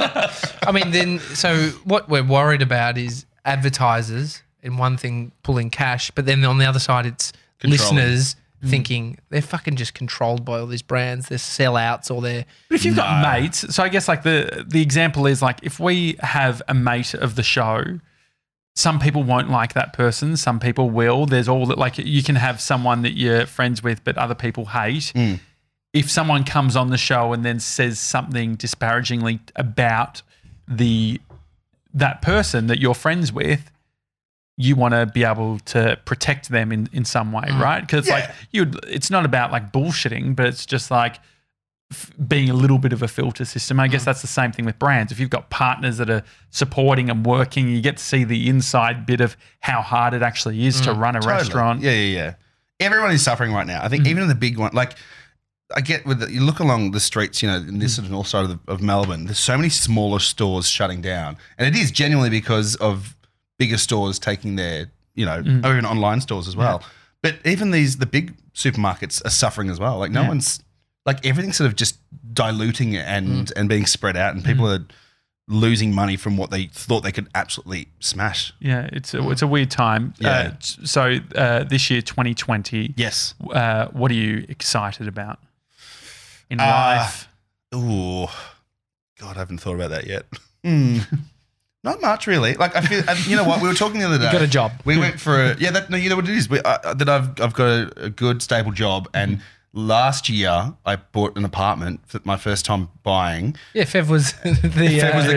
I mean, then so what we're worried about is advertisers in one thing pulling cash, but then on the other side, it's Controlling. Mm. listeners thinking they're fucking just controlled by all these brands. They're sellouts or they're But if you've got mates, so I guess like the the example is like if we have a mate of the show, some people won't like that person, some people will. There's all that like you can have someone that you're friends with, but other people hate. If someone comes on the show and then says something disparagingly about the that person that you're friends with, you want to be able to protect them in, in some way, right? Because like you, it's not about like bullshitting, but it's just like f- being a little bit of a filter system. I guess Mm. that's the same thing with brands. If you've got partners that are supporting and working, you get to see the inside bit of how hard it actually is to run a restaurant. Mm, Yeah, yeah, yeah. Everyone is suffering right now. I think even in the big one, like I get with the, you look along the streets, you know, in this sort of north side of, the, of Melbourne. There's so many smaller stores shutting down, and it is genuinely because of bigger stores taking their, you know, or even online stores as well. But even these the big supermarkets are suffering as well. Like no one's like everything's sort of just diluting and and being spread out, and people are losing money from what they thought they could absolutely smash. Yeah, it's a, it's a weird time. Yeah. Uh, t- so uh, this year, 2020. Yes. Uh, what are you excited about in Uh, life? Ooh, God, I haven't thought about that yet. Hmm. Not much, really. Like I feel, and you know what? We were talking the other day. got a job. We went for a yeah. That no, you know what it is. We, uh, that I've I've got a, a good stable job, and Mm-hmm. last year I bought an apartment for my first time buying. yeah. Fev was the That was uh, the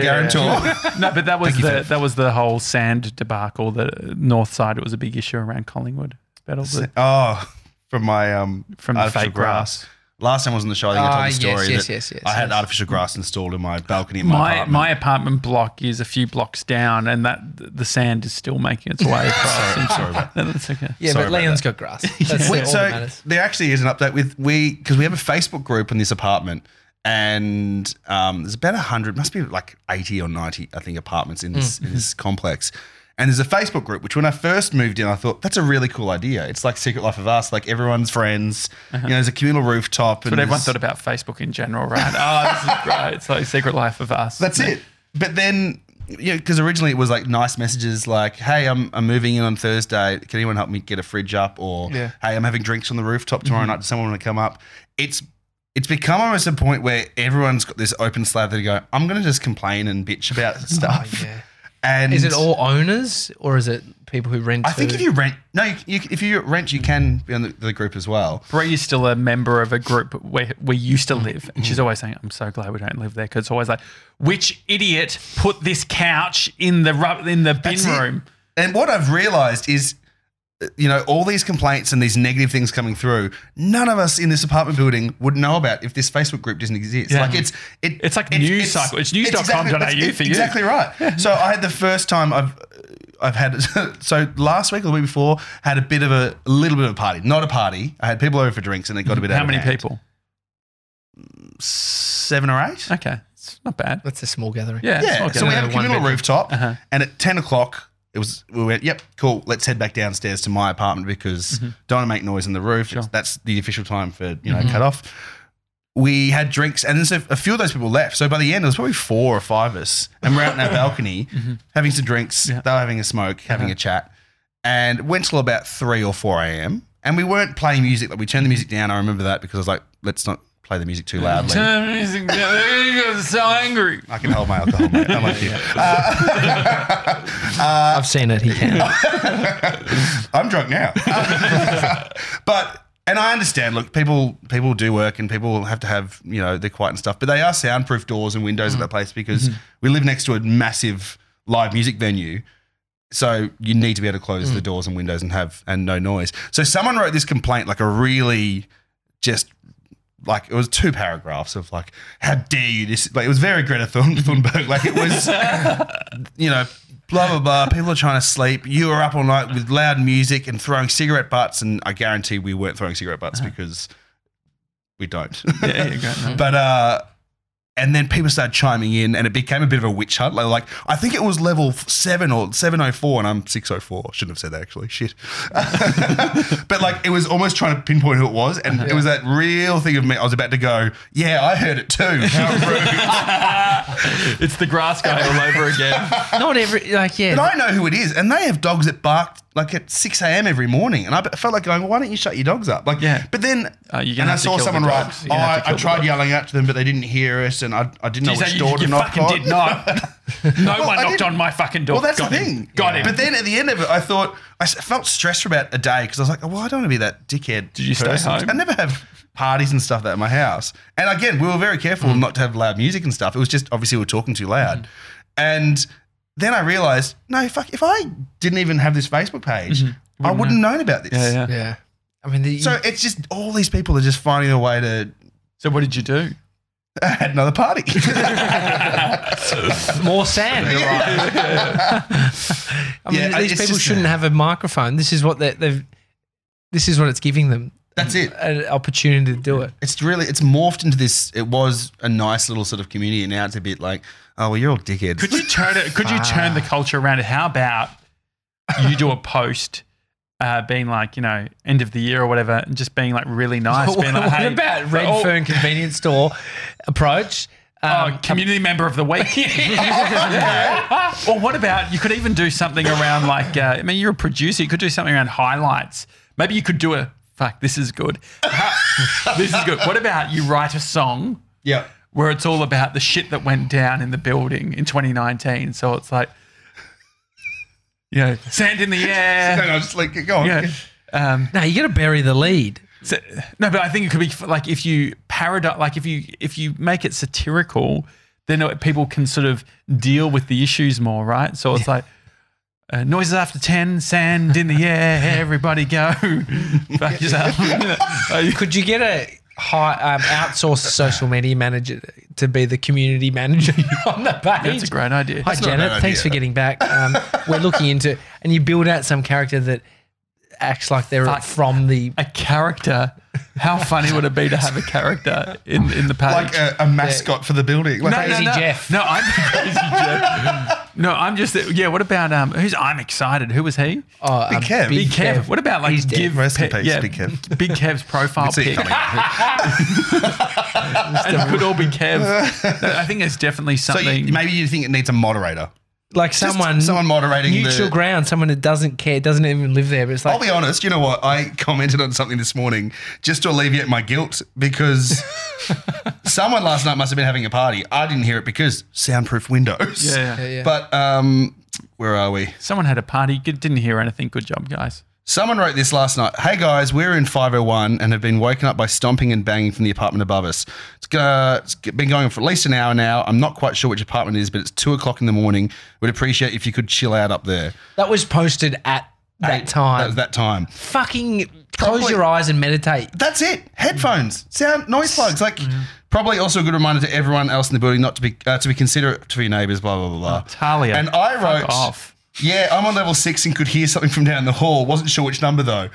guarantor. No, but that was Thank you, the Phil. that was the whole sand debacle. The north side, it was a big issue around Collingwood. About all the, Oh, from my um From the artificial fake grass. Last time I was on the show, I think Ah, I told the yes, story yes, that yes, yes, I had yes. artificial grass installed in my balcony in my, my apartment. my apartment block is a few blocks down, and that the sand is still making its way across. Sorry, I'm sorry about No, that's okay. yeah, Sorry but about Leon's got grass. That's all Wait, that so matters. there actually is an update with we because we have a Facebook group in this apartment, and um, there's about hundred, must be like eighty or ninety, I think, apartments in Hmm. this in this complex. And there's a Facebook group, which when I first moved in, I thought that's a really cool idea. It's like Secret Life of Us, like everyone's friends. Uh-huh. You know, there's a communal rooftop. and But everyone there's- thought about Facebook in general, right? Oh, this is great. It's like Secret Life of Us. That's it. But then, you know, because originally it was like nice messages like, hey, I'm, I'm moving in on Thursday. Can anyone help me get a fridge up? Or, Yeah. Mm-hmm. hey, I'm having drinks on the rooftop tomorrow night. Does someone want to come up? It's it's become almost a point where everyone's got this open slather to go, I'm going to just complain and bitch about stuff. Oh, yeah. And Is it all owners or is it people who rent? I think to- if you rent, no, you, you, if you rent, you can be on the, the group as well. Bree is still a member of a group where we used Mm. to live, and she's always saying, "I'm so glad we don't live there," because it's always like, "Which idiot put this couch in the rub- in the bin That's it. room?" And what I've realized is, uh, you know, all these complaints and these negative things coming through, none of us in this apartment building would know about if this Facebook group didn't exist. Yeah. Like it's it, It's like news cycle. It's news.com.au exactly, for you. Exactly right. so I had the first time I've I've had so last week or the week before had a bit of a, a little bit of a party, not a party. I had people over for drinks and it got a bit. out How of many hand. people? Seven or eight. Okay, it's not bad. That's a small gathering. Yeah, it's Yeah. not So we bad. had a One communal bedroom. rooftop, Uh-huh. and at ten o'clock, it was we went. Yep, cool. Let's head back downstairs to my apartment because don't want to make noise on the roof. It's- That's the official time for you know cut off. We had drinks, and then so a few of those people left. So by the end, there was probably four or five of us, and we're out in our balcony having some drinks. They were having a smoke, having a chat, and it went till about three or four a.m. And we weren't playing music. Like we turned the music down. I remember that because I was like, let's not play the music too loudly. I'm so angry. I can hold my alcohol. Mate. I'm like you. I've seen it. He can. I'm drunk now. but and I understand. Look, people people do work and people have to have you know they're quiet and stuff. But they are soundproof doors and windows at that place because we live next to a massive live music venue. So you need to be able to close the doors and windows and have and no noise. So someone wrote this complaint like a really just like it was two paragraphs of like how dare you this like it was very Greta Thun- Thunberg like it was you know, blah blah blah. People are trying to sleep. You were up all night with loud music and throwing cigarette butts, and I guarantee we weren't throwing cigarette butts because we don't. Hmm. Yeah, you go. but uh, And then people started chiming in, and it became a bit of a witch hunt. Like, like, I think it was level seven or seven oh four, and I'm six oh four. Shouldn't have said that actually. Shit. but like, it was almost trying to pinpoint who it was, and it was that real thing of me. I was about to go, yeah, I heard it too. How rude. It's the grass guy all over again. Not every like yeah. But I know who it is, and they have dogs that bark like at six a.m. every morning, and I be- felt like going, "Why don't you shut your dogs up?" Like, Yeah. But then, Uh, you're gonna and I have to saw kill the someone write, dogs. You're "Oh, gonna have to I, I kill the tried dogs." yelling out to them, but they didn't hear us, and I, I didn't know You say which you, door to you knock fucking on." did not. No Well, one I knocked didn't- on my fucking door. Well, that's Got the him. thing. Got him. But then at the end of it, I thought I s- felt stressed for about a day because I was like, "Well, I don't want to be that dickhead." Did you stay home? I never have parties and stuff at my house. And again, we were very careful Mm. not to have loud music and stuff. It was just obviously we were talking too loud. Mm-hmm. And then I realized, no, fuck, if I didn't even have this Facebook page, I wouldn't have known about this. Mm-hmm. yeah, yeah. yeah. I mean, the, So it's just all these people are just finding a way to So what did you do? add another party. more sand. I mean, Yeah, I- these it's people just- shouldn't have a microphone. This is what they- they've. This is what it's giving them That's it. an opportunity to do it. It's really it's morphed into this. It was a nice little sort of community, and now it's a bit like, oh well, you're all dickheads. Could you turn it? Could you turn the culture around? How about you do a post? Uh, being like, you know, end of the year or whatever, and just being like really nice. what Being like, hey, about Red oh, Fern convenience store approach? oh, Um, community member of the week. or what about you could even do something around like, uh, I mean, you're a producer, you could do something around highlights. Maybe you could do a fuck, this is good. this is good. What about you write a song yeah. where it's all about the shit that went down in the building in 2019? So it's like, you know, sand in the No, air. no, just like go on. Yeah. Um, no, you got to bury the lead. so- no, but I think it could be f- like if you parodi like if you if you make it satirical, then it- people can sort of deal with the issues more, right? So it's like uh, noises after ten, sand in the air, everybody go. Back yourself. Could you get a high um, outsourced social media manager to be the community manager on the page? That's a great idea. Hi, not a Janet. bad Thanks for idea. getting back. Um, we're looking into, and you build out some character that acts like they're Fuck. from the. A character. How funny would it be to have a character in in the page? Like a, a mascot for the building. Like, uh, Crazy no, no. Jeff. No, I'm crazy Jeff. No, I'm just yeah. What about um? Who's I'm excited? Who was he? Oh, um, Big Kev. Big Kev. Kev. What about like He's dead. give Rest in Pe- peace, Big Kev. Big Kev's profile See it pic? coming. And it could all be Kev. No, I think it's definitely so something. you, maybe you think it needs a moderator. Like someone, someone moderating the- neutral ground, someone that doesn't care, doesn't even live there, but it's I'll like be honest. You know what? I commented on something this morning just to alleviate my guilt because someone last night must have been having a party. I didn't hear it because soundproof windows. Yeah, yeah. Yeah, yeah. But um, where are we? Someone had a party. Good- Didn't hear anything. Good job, guys. Someone wrote this last night. Hey guys, we're in 501 and have been woken up by stomping and banging from the apartment above us. It's, uh, it's been going for at least an hour now. I'm not quite sure which apartment it is, but it's two o'clock in the morning. Would appreciate if you could chill out up there. that was posted at that time. That was that time. Fucking close Probably- your eyes and meditate. That's it. Headphones, sound, noise plugs. Like probably also a good reminder to everyone else in the building not to be uh, to be considerate to your neighbours. Blah blah blah blah. Oh, Talia. And I wrote Fuck off. Yeah, I'm on level six and could hear something from down the hall. Wasn't sure which number though,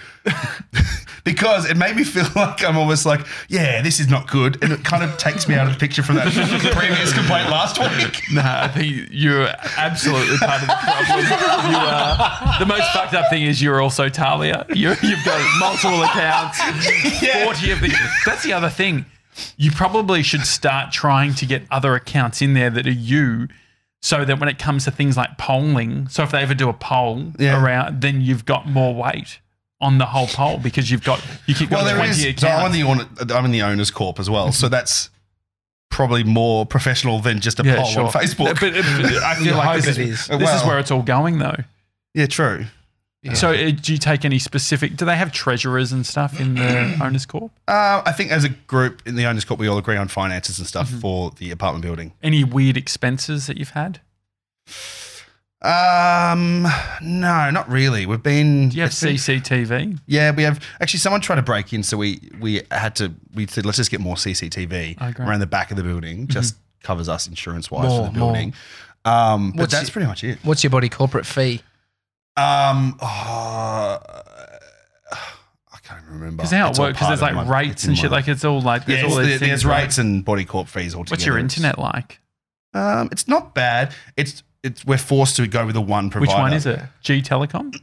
because it made me feel like I'm almost like, yeah, this is not good, and it kind of takes me out of the picture from that previous complaint last week. No, I think you're absolutely part of the problem. You are. The most fucked up thing is you're also Talia. You're, you've got multiple accounts, 40 of the. That's the other thing. You probably should start trying to get other accounts in there that are you. So that when it comes to things like polling, so if they ever do a poll Yeah. around, then you've got more weight on the whole poll because you've got you keep Well, got there twenty is. accounts. So I'm in the owner- I'm in the owners corp as well, so that's probably more professional than just a poll on Facebook. But, but I feel like hope this, it is, is. this is Well- where it's all going though. yeah, true. So, uh, do you take any specific? Do they have treasurers and stuff in the owners' corp? Uh, I think as a group in the owners' corp, we all agree on finances and Mm-hmm. stuff for the apartment building. Any weird expenses that you've had? Um, no, not really. We've been. Do you have it's been- CCTV? Yeah, we have. Actually, someone tried to break in, so we we had to. We said, let's just get more CCTV Oh, great. Mm-hmm. around the back of the building. Just covers us insurance wise for More, the more. building. Um, but What's that's it- pretty much it. What's your body corporate fee? Um, oh, I can't remember remember. Because how it It's all works is part there's of like my- it's rates in and my- shit. Like it's all like there's yeah, all it's- these there- things. there's right? rates and body corp fees altogether. What's your It's- internet like? Um, it's not bad. It's it's we're forced to go with the one Which provider. one is it? G Telecom?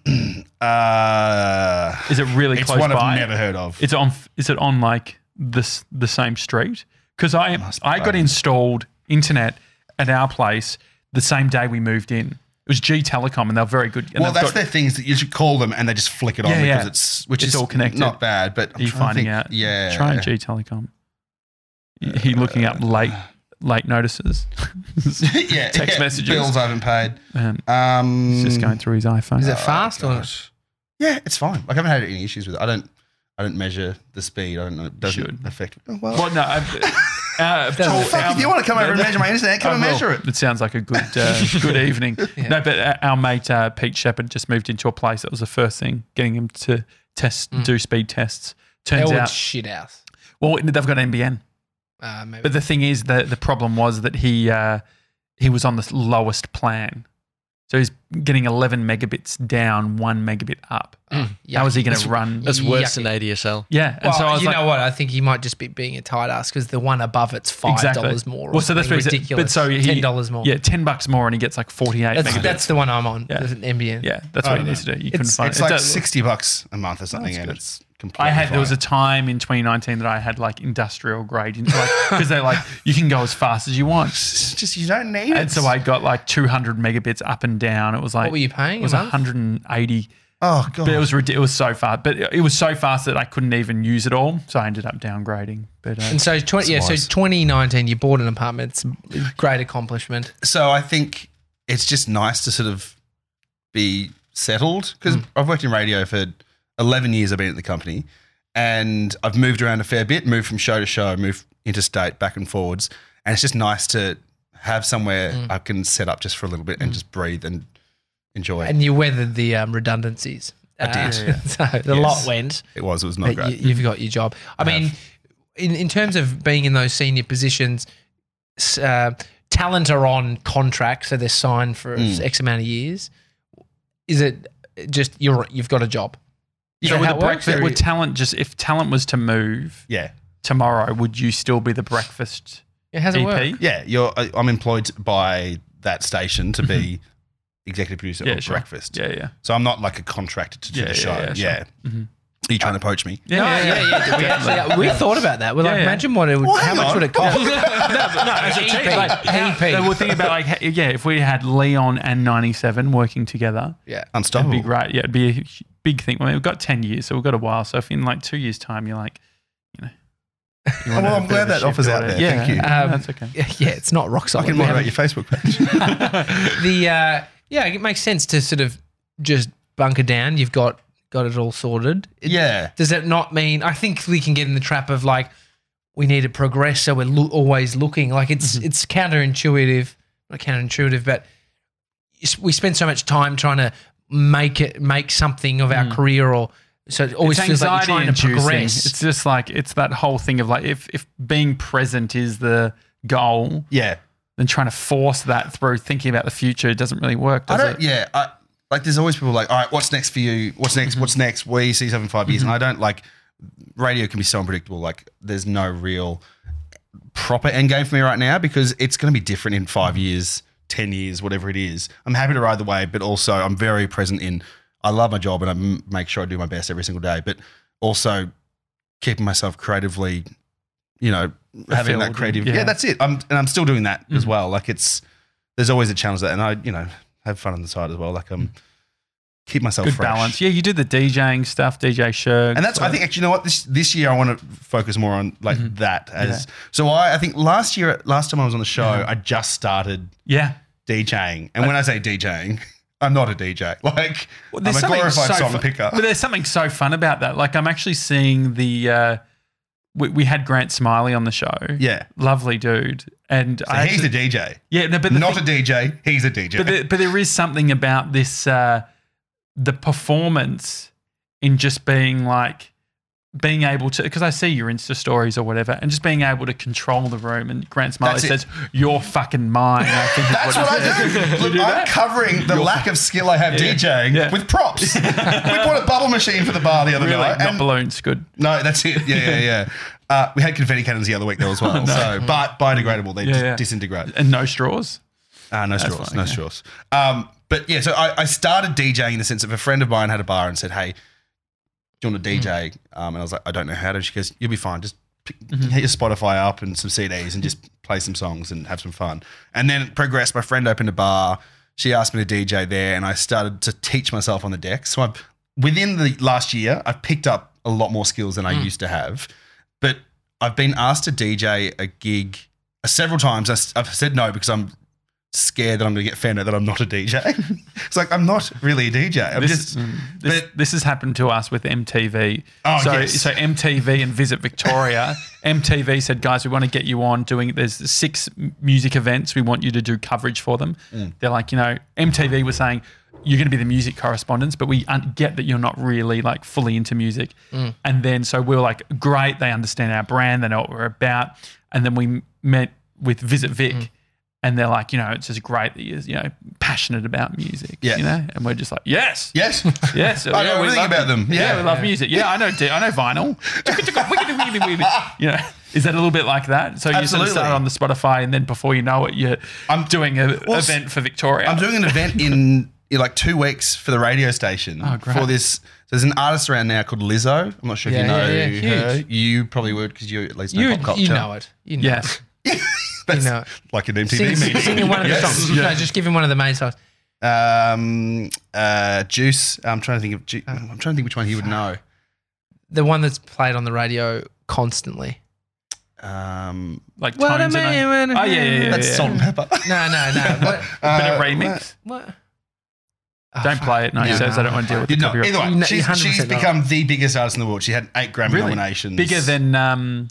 Uh, Is it really it's close one by? I've never heard of. It's on. Is it on like this the same street? Because I Must be I got both. installed internet at our place the same day we moved in. It was G Telecom, and they're very good. And well, they've that's got- their things that you should call them and they just flick it on Yeah, yeah. because it's which It's is all connected. Not bad, but I'm Are you trying to finding think- out? Yeah, Uh, Try G Telecom. He looking up late late notices. yeah, Text yeah, messages. bills I haven't paid. Um, Um, he's just going through his iPhone. Is it fast or? Oh, gosh. Yeah, it's fine. Like, I haven't had any issues with it. I don't. I don't measure the speed. I don't know. It doesn't should. affect. Oh, well, oh, Well, um, no. I've, uh, Doesn't- tall- fuck, our- if you want to come over and measure my internet, come and I will. measure it. It sounds like a good uh, good evening. Yeah. No, but uh, our mate uh, Pete Shepard just moved into a place. That was the first thing, getting him to test, Mm. do speed tests. They Turns would out, shit out. well, they've got NBN. Uh, maybe. But the thing is, the the problem was that he uh, he was on the lowest plan, so he's getting eleven megabits down, one megabit up. How is he going to run? That's worse Yucky. than ADSL. yeah, and well, so I was you like, know what? I think he might just be being a tight ass because the one above it's five Exactly. dollars more. or Well, so that's something what he said. ridiculous. But so he- ten dollars more. yeah, ten bucks more, and he gets like forty eight that's, megabits. that's the one I'm on. Yeah. There's an NBN. yeah, that's I what don't he needs to do. You couldn't It's- find It's it. like It's a- sixty bucks a month or something, and good. it's completely. I had there was fine. a time in 2019 that I had like industrial grade because they're like you can go as fast as you want, It's just you don't need and it. so I got like 200 megabits up and down. It was like What were you paying It was a month? 180, oh god, but it was rid- it was so fast, but it, it was so fast that I couldn't even use it all, so I ended up downgrading. But uh, And so twenty. Yeah. So wise. 2019, you bought an apartment. It's a great accomplishment. so I think it's just nice to sort of be settled because Hmm. I've worked in radio for 11 years. I've been at the company and I've moved around a fair bit, moved from show to show, moved interstate back and forwards. And it's just nice to have somewhere Hmm. I can set up just for a little bit and just breathe and enjoy. And you weathered the um, redundancies. I did. so the lot went. it was, it was not But great. you, you've got your job. I, mean, in, in terms of being in those senior positions, s- uh, talent are on contract, so they're signed for Hmm. X amount of years. Is it just you're you've got a job? so that with how the it works, breakfast, or- would talent just if talent was to move yeah. tomorrow, would you still be the breakfast E Yeah, how's it EP? work? Yeah. You're, I- I'm employed by that station to be executive producer Mm-hmm. Yeah, of sure. breakfast. Yeah, yeah, So I'm not like a contractor to do Yeah, the yeah, show. yeah, Yeah. sure. Mm-hmm. Are you trying to poach me? yeah, No, yeah, yeah. we, actually, we thought about that. We're like, yeah. imagine what it would, Well, how hang much on. would it cost? No, as a team, like, EP. No, we'll think about like, h- yeah, if we had Leon and 97 working together, yeah. Unstoppable. it'd be great. Yeah, it'd be a hu- big thing. I mean, we've got 10 years, so we've got a while. So if in like two years' time, you're like, you know. you wanna Oh, have well, I'm a bit glad of a that shift offer's or out there. whatever. Thank you. Yeah, Um, that's okay. yeah, yeah, it's not rock I solid. can We moderate haven't- your Facebook page. the uh, yeah, it makes sense to sort of just bunker down. You've got got it all sorted. It- yeah. Does that not mean? I think we can get in the trap of like we need to progress, so we're loo- always looking. Like it's it's counterintuitive, not counterintuitive, but s- we spend so much time trying to make it make something of our career, or so it always It's feels like anxiety you're trying to inducing. progress. It's just like, it's that whole thing of like, if, if being present is the goal, Yeah. then trying to force that through thinking about the future doesn't really work, I does it? don't, yeah. I, like, there's always people like, all right, what's next for you? What's next? Mm-hmm. What's next? Where you see yourself in five years? And I don't like, radio can be so unpredictable. Like, there's no real proper end game for me right now because it's going to be different in five Mm-hmm. years, 10 years, whatever it is. I'm happy to ride the wave, but also I'm very present in, I love my job and I m- make sure I do my best every single day, but also keeping myself creatively, you know, having Fulfilled that and- creative. yeah. Mm. Yeah. that's it. I'm, and I'm still doing that as well. Like, it's, there's always a challenge that, and I, you know, have fun on the side as well. Like, um, keep myself Hmm. Good fresh. balance. Yeah, you do the DJing stuff, DJ Shurg. And that's, I think, actually, you know what? This this year, I want to focus more on like Mm-hmm. that. As so, I, I think last year, last time I was on the show, I just started Yeah. DJing, and when I say DJing, I'm not a DJ. Like Well, I'm there's a something glorified so song fu- picker. But there's something so fun about that. Like I'm actually seeing the uh, we, we had Grant Smiley on the show. Yeah. lovely dude. And So I he's actually- a DJ, yeah, no, but the not thing- a DJ. He's a DJ. but there, but there is something about this uh, the performance in just being like being able to because I see your Insta stories or whatever, and just being able to control the room. And Grant Smiley That's it. says, "You're fucking mine." I think is That's what what he says. I do. Look, I'm covering the lack of skill I have DJing Yeah. with props. we bought a bubble machine for the bar the other Really, night. not and- balloons. Good. no, that's it. Yeah, yeah, yeah. Uh, we had confetti cannons the other week though as well. So, but biodegradable, they Yeah, dis- yeah. disintegrate. And no straws. Ah, no straws, fine, no yeah. straws. Um, but yeah, so I, I started DJing in the sense of a friend of mine had a bar and said, "Hey, do you want Mm. to DJ?" Um, and I was like, "I don't know how to." And she goes, "You'll be fine. Just pick, Mm-hmm. hit your Spotify up and some CDs and just play some songs and have some fun." And then it progressed. My friend opened a bar. She asked me to DJ there, and I started to teach myself on the deck. So I've, within the last year, I've picked up a lot more skills than I Mm. used to have. But I've been asked to DJ a gig uh, several times. I s- I've said no because I'm scared that I'm going to get found out that I'm not a DJ. it's like I'm not really a DJ. I'm This, just mm, this, but- this has happened to us with MTV. Oh, so, yes. so MTV and Visit Victoria. MTV said, guys, we want to get you on doing. There's six m- music events. We want you to do coverage for them. They're like, you know, MTV was saying you're going to be the music correspondents, but we un- get that you're not really like fully into music. And then so we were like, great, they understand our brand, they know what we're about. And then we m- met with Visit Vic. And they're like, you know, it's just great that you're, you know, passionate about music. Yeah. You know? And we're just like, yes. yes. Yes, I know we everything love about them. Yeah, Yeah. we love music. Yeah, I know. I know vinyl. you know, is that a little bit like that? So you sort of Absolutely. start on the Spotify, and then before you know it, you're I'm I'm- doing a Well, s- event for Victoria. I'm doing an event in, in like two weeks for the radio station Oh, great. for this. There's an artist around now called Lizzo. I'm not sure if Yeah, you know yeah, yeah, her. huge. You probably would because you at least know You, pop culture. you know it. You know it. yes, That's know it. like an MTV Sing, meeting. sing, sing in one of the Yes. songs. No, just give him one of the main songs. Um, uh, Juice. I'm trying to think of. Ju- I'm trying to think which one he would know. The one that's played on the radio constantly. Um, like What tones. a and man, a- what a oh yeah, yeah, yeah. man. that's yeah. Salt and Pepper. No, no, no. What? But a Uh, Ah, remix. what? Don't play it. No, he Yeah. says I don't want to deal with the You know, copyright. either way, No, she's, you're 100% she's right. become the biggest artist in the world. She had eight Grammy nominations. bigger than um,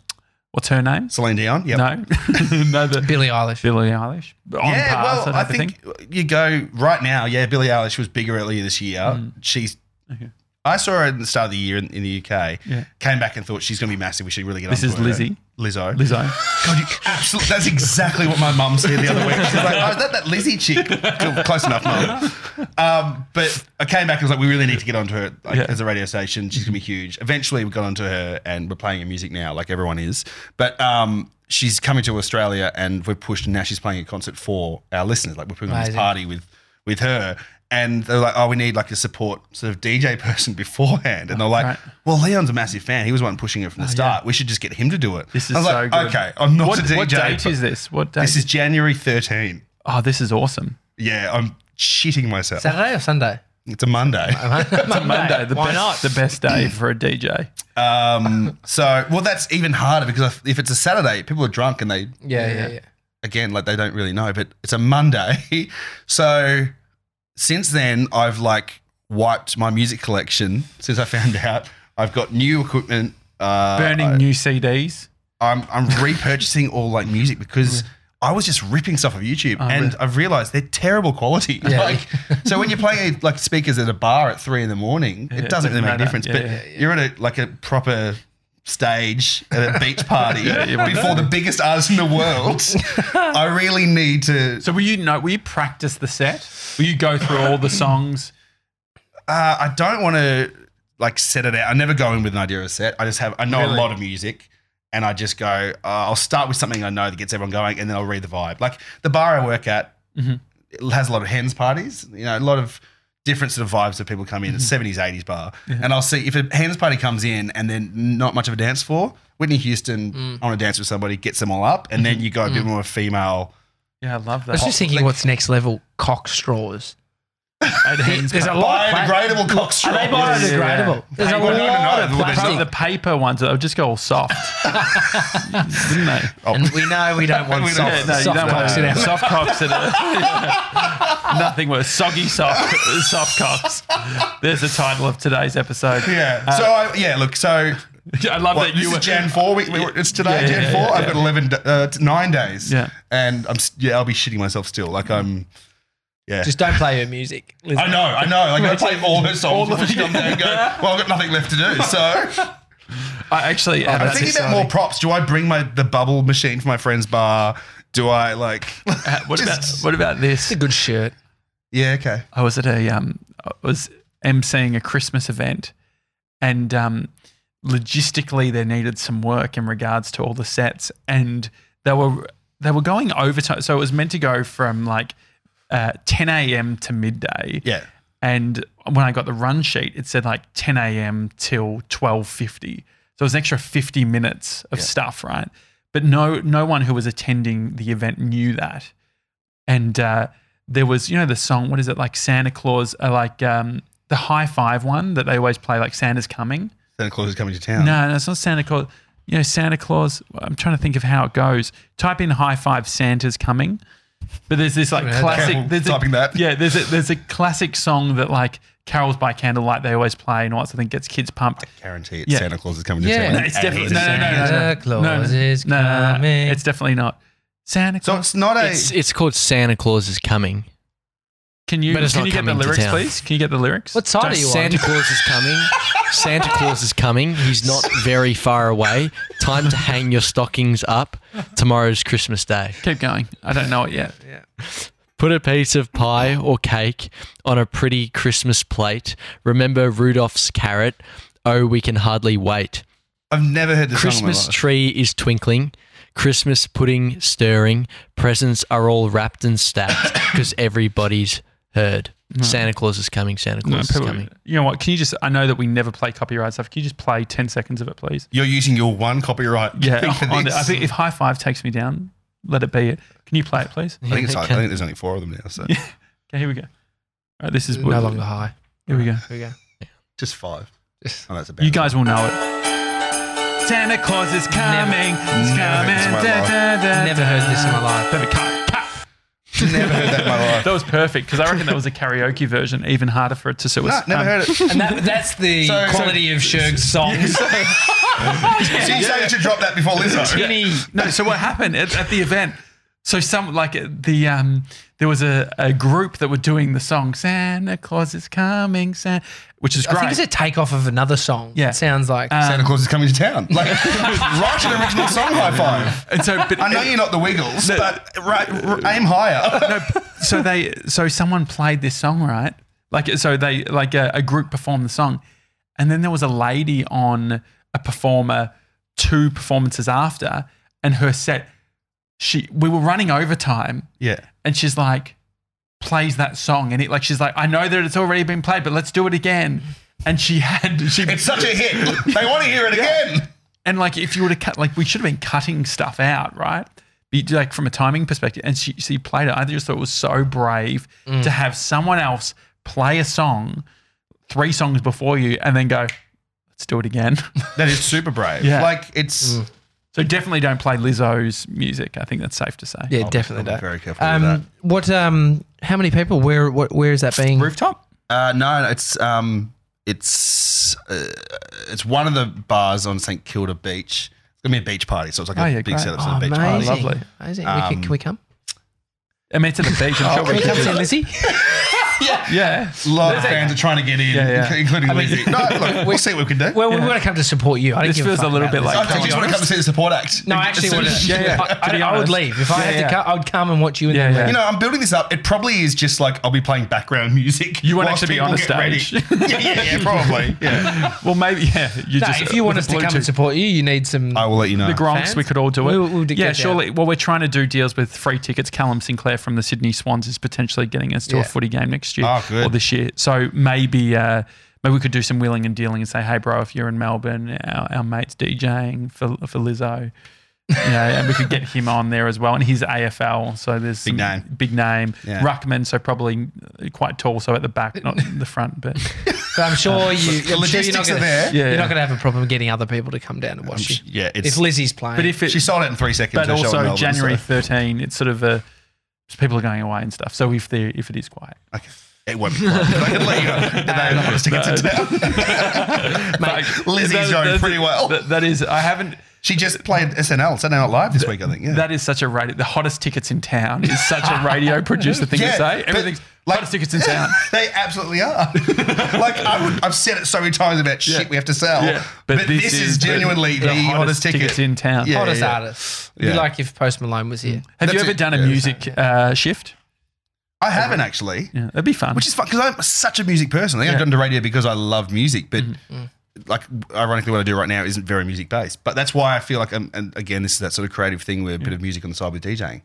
what's her name? Celine Dion. Yep. No, no, the Billie Eilish. Billie Eilish. On yeah, par, well, sort of I thing. think you go right now. Yeah, Billie Eilish was bigger earlier this year. She's. Hmm. Okay. I saw her at the start of the year in, in the UK. Yeah. Came back and thought she's going to be massive. We should really get. This on is board. Lizzie. Lizzo. Lizzo. God, you absolutely. That's exactly what my mum said the other week. She's like, "Oh, is that that Lizzie chick?" Cool, Close enough, mum. Um, but I came back and was like, "We really need to get onto her like, Yeah. as a radio station. She's gonna be huge." Eventually, we got onto her, and we're playing her music now, like everyone is. But um, she's coming to Australia, and we've pushed, and now she's playing a concert for our listeners. Like we're putting on this Amazing. party with with her. And they're like, oh, we need like a support sort of DJ person beforehand. And they're like, Right. Oh, well, Leon's a massive fan. He was the one pushing it from the start. We should just get him to do it. This is I was so like, good. Okay, I'm not what, a DJ. What date but is this? What date? This is January 13. oh, this is awesome. Yeah, I'm shitting myself. Saturday or Sunday? It's a Monday. Uh-huh. Monday. Monday, the Why best, not? the best day for a DJ. Um, so, well, that's even harder because if- if it's a Saturday, people are drunk and they, yeah, yeah, yeah. again, like they don't really know, but it's a Monday. So, since then, I've like wiped my music collection since I found out. I've got new equipment. Uh, Burning I- new CDs. I'm I'm repurchasing all like music because I was just ripping stuff off YouTube Oh, and I've realized they're terrible quality. Yeah. Like so when you're playing like speakers at a bar at three in the morning, Yeah, it doesn't really make a matter. difference. Yeah, but yeah, you're at a like a proper stage at a beach party you wouldn't before the biggest artist in the world. I really need to So will you know? Will you practice the set? Will you go through all the songs? uh, I don't want to like set it out. I never go in with an idea of a set. I just have I know Really? a lot of music, and I just go. Uh, I'll start with something I know that gets everyone going, and then I'll read the vibe. Like the bar I work at it has a lot of hens parties. You know, a lot of different sort of vibes that people come in. It's seventies, eighties bar, and I'll see if a hens party comes in and then not much of a dance floor. Whitney Houston, I want to dance with somebody, gets them all up, and then you go a bit more female. Yeah, I love I was that. just thinking, what's next level? Cock straws. At Hens There's a Park. lot. Of pla- Biodegradable cockstraw. are they Yeah, yeah, yeah. biodegradable? There's a Well, no, no, no, lot of well, there's Probably the plastic. paper ones that would just go all soft, didn't they? And we know we don't want We soft, don't- Yeah, no, you soft don't want cocks in our mouth. soft cocks. In a- Nothing worse. Soggy soft soft cocks. There's the title of today's episode. Yeah. so I, yeah, look. So I love what, that this you is were. Jan four. We, we, it's today, Yeah, Jan yeah, four. yeah, I've got eleven, d- uh, t- nine days. Yeah. and I'm s- yeah, I'll be shitting myself still. Like I'm, yeah. Just don't play her music. I know, I know. Like I play all her songs, all of them. Go, well, I've got nothing left to do. So Oh, I actually had I'm a- thinking about more props. Do I bring my the bubble machine for my friend's bar? Do I like? What about Just- what about this? It's a good shirt. yeah, okay. I was at a um, I was emceeing a Christmas event, and um, logistically there needed some work in regards to all the sets, and they were they were going overtime, so it was meant to go from like uh, 10 a.m. to midday. Yeah. And when I got the run sheet, it said like 10 a.m. till 12:50. So it was an extra 50 minutes of stuff, right? But no, no one who was attending the event knew that. And uh, there was, you know, the song. What is it like? Santa Claus, uh, like um, the high five one that they always play, like Santa's coming. Santa Claus is coming to town. No, no, it's not Santa Claus. You know, Santa Claus. I'm trying to think of how it goes. Type in high five Santa's coming. But there's this like Yeah, classic. careful There's a- typing that. Yeah, there's a, there's a classic song that like carols by candlelight they always play and all that sort of thing gets kids pumped. Guarantee it. Yeah. Santa Claus is coming Yeah. to town. No, It's And definitely he's no, no, no, no, no, Santa no, Claus no, no, is no, no, no, coming. It's definitely not Santa So Claus. it's not a. It's it's called Santa Claus is coming. can you but it's can not you get the coming to lyrics, town. please? Can you get the lyrics? What side are you Santa on? Claus is coming. Santa Claus is coming. He's not very far away. Time to hang your stockings up. Tomorrow's Christmas Day. Keep going. I don't know it yet. Put a piece of pie or cake on a pretty Christmas plate. Remember Rudolph's carrot. Oh, we can hardly wait. I've never heard this Christmas song in my life. tree is twinkling. Christmas pudding stirring. Presents are all wrapped and stacked because everybody's heard. Santa Claus is coming. Santa No, Claus people- is coming. you know what? Can you just? I know that we never play copyright stuff. Can you just play ten seconds of it, please? You're using your one copyright. Yeah, thing for on the- this. I think if high five takes me down, let it be it. Can you play it, please? I think it's like, I think there's only four of them now. So Okay, here we go. All right, this is No longer high. Here we go. Here we go. just five. Oh, that's a bad You one. guys will know it. Santa Claus is coming. He's Never heard this in coming. my da, life. da, da, Never heard this in my life. Perfect. Cut, cut. never heard that in my life. That was perfect because I reckon that was a karaoke version, even harder for it to. So it was, No, never um, heard it. So And that, that's the So- quality of Shurg's songs. you say you should drop that before Lizzo. Any No, so what happened at, at the event? So some like the um, there was a, a group that were doing the song Santa Claus is coming, Santa, which is great. I think it's a takeoff of another song. Yeah. Um, It sounds like. Santa Claus is coming to town. Like, write an original song high five. and so, but I know you're not the Wiggles, but right, r- aim higher. no, so they so someone played this song right like so they like uh, a, a group performed the song and then there was a lady on a performer two performances after and her set she we were running overtime Yeah. and she's like plays that song and it like she's like i know that it's already been played but let's do it again and she had she It's such a hit. They want to hear it again. and like if you were to cut like we should have been cutting stuff out right Be- like from a timing perspective and she, she played it i just thought it was so brave Mm. to have someone else play a song three songs before you and then go let's do it again That is super brave. Yeah. Like, it's. so definitely don't play lizzo's music i think that's safe to say yeah, I'll be- I'll definitely be don't. very careful with Um, what? Um, how many people? Where? What? Where is that being? rooftop Uh, no, it's um, it's uh, it's one of the bars on St Kilda Beach. It's gonna be a beach party, so it's like a Oh, yeah, big great. setup for Oh, the beach Um, amazing. party. Lovely. Amazing. we can, can we come? i mean it's at the beach i'm sure Oh, Can we we can come do see that. Lizzie? yeah A lot of fans are trying to get in, Yeah, yeah. including Lizzie. No, look, we'll see what we can do. Well, we want to come to support you. I don't This give a feels a fuck little about bit this. like- I actually just want to come to see the support act. No, I As actually soon would. as- Yeah, yeah. To I, be I, I would honest. leave if I Yeah, had yeah. to. Come, I would come and watch you. And Yeah, then yeah. leave. You know, I'm building this up. It probably is just like I'll be playing background music. You won't whilst actually be on people the get stage. ready. yeah, yeah, yeah, probably. Yeah. well maybe yeah you No, just if you want us with to the come and Bluetooth. support you, you need some. I will let you know. the Gronks, Fans? we could all do it. We- we'll do- yeah, get surely. Well, we're trying to do deals with free tickets. Callum Sinclair from the Sydney Swans is potentially getting us to a Yeah. footy game next year Oh, good. or this year. So maybe uh, maybe we could do some wheeling and dealing and say, hey, bro, if you're in Melbourne, our, our mate's DJing for, for Lizzo. you know, and we could get him on there as well. And he's AFL, so there's big name. Big name. Yeah. Ruckman, so probably quite tall, so at the back, not the front. But But I'm sure you. the I'm sure you're not logistics are gonna, there. Yeah, You're yeah. not going to have a problem getting other people to come down and watch you. Yeah, it's. If Lizzie's playing, but if it, she sold it in three seconds. but her show in also Melbourne, January so- 13, it's sort of a people are going away and stuff. So if they if it is quiet. Okay. It won't be quiet, but I can let you know. They don't want us to get to town. Mate, Lizzie's going pretty well. that- that is, I haven't. She just played SNL, Saturday Night Live this week, I think. Yeah. That is such a radio. The hottest tickets in town is such a radio producer thing Yeah, to say. but, Everything's like- hottest tickets in town. they absolutely are. like I would, I've said it so many times about shit we have to sell, Yeah. Oh, but, this, is genuinely the, hottest, ticket. tickets in town. Yeah, Hottest yeah. artist. It'd Yeah. Be like if Post Malone was here. Have you That's ever it. done a Yeah. music uh, shift? I haven't actually, Yeah, that'd be fun. which is fun because I'm such a music person. I think I've done to radio because I love music, but Mm-hmm. Mm. like ironically, what I do right now isn't very music based. But that's why I feel like, I'm, and again, this is that sort of creative thing with a bit of music on the side with DJing.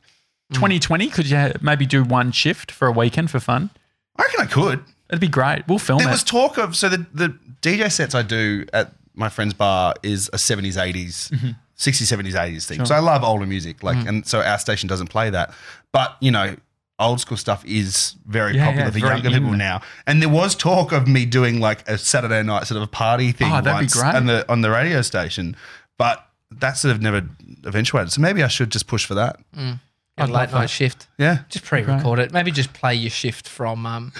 2020, could you ha- maybe do one shift for a weekend for fun? I reckon I could. It'd be great. We'll film There it. was talk of so the, the DJ sets I do at my friend's bar is a seventies, 80s Mm-hmm. 60s, 70s, 80s thing. So I love older music. Like and so our station doesn't play that. But you know, old school stuff is very Yeah, popular yeah, for very younger in. people now. And there was talk of me doing like a Saturday night sort of a party thing Oh, that'd be once great. on the on the radio station. But that sort of never eventuated. So maybe I should just push for that. I'd late night shift. Yeah. Just pre-record it. Maybe just play your shift from um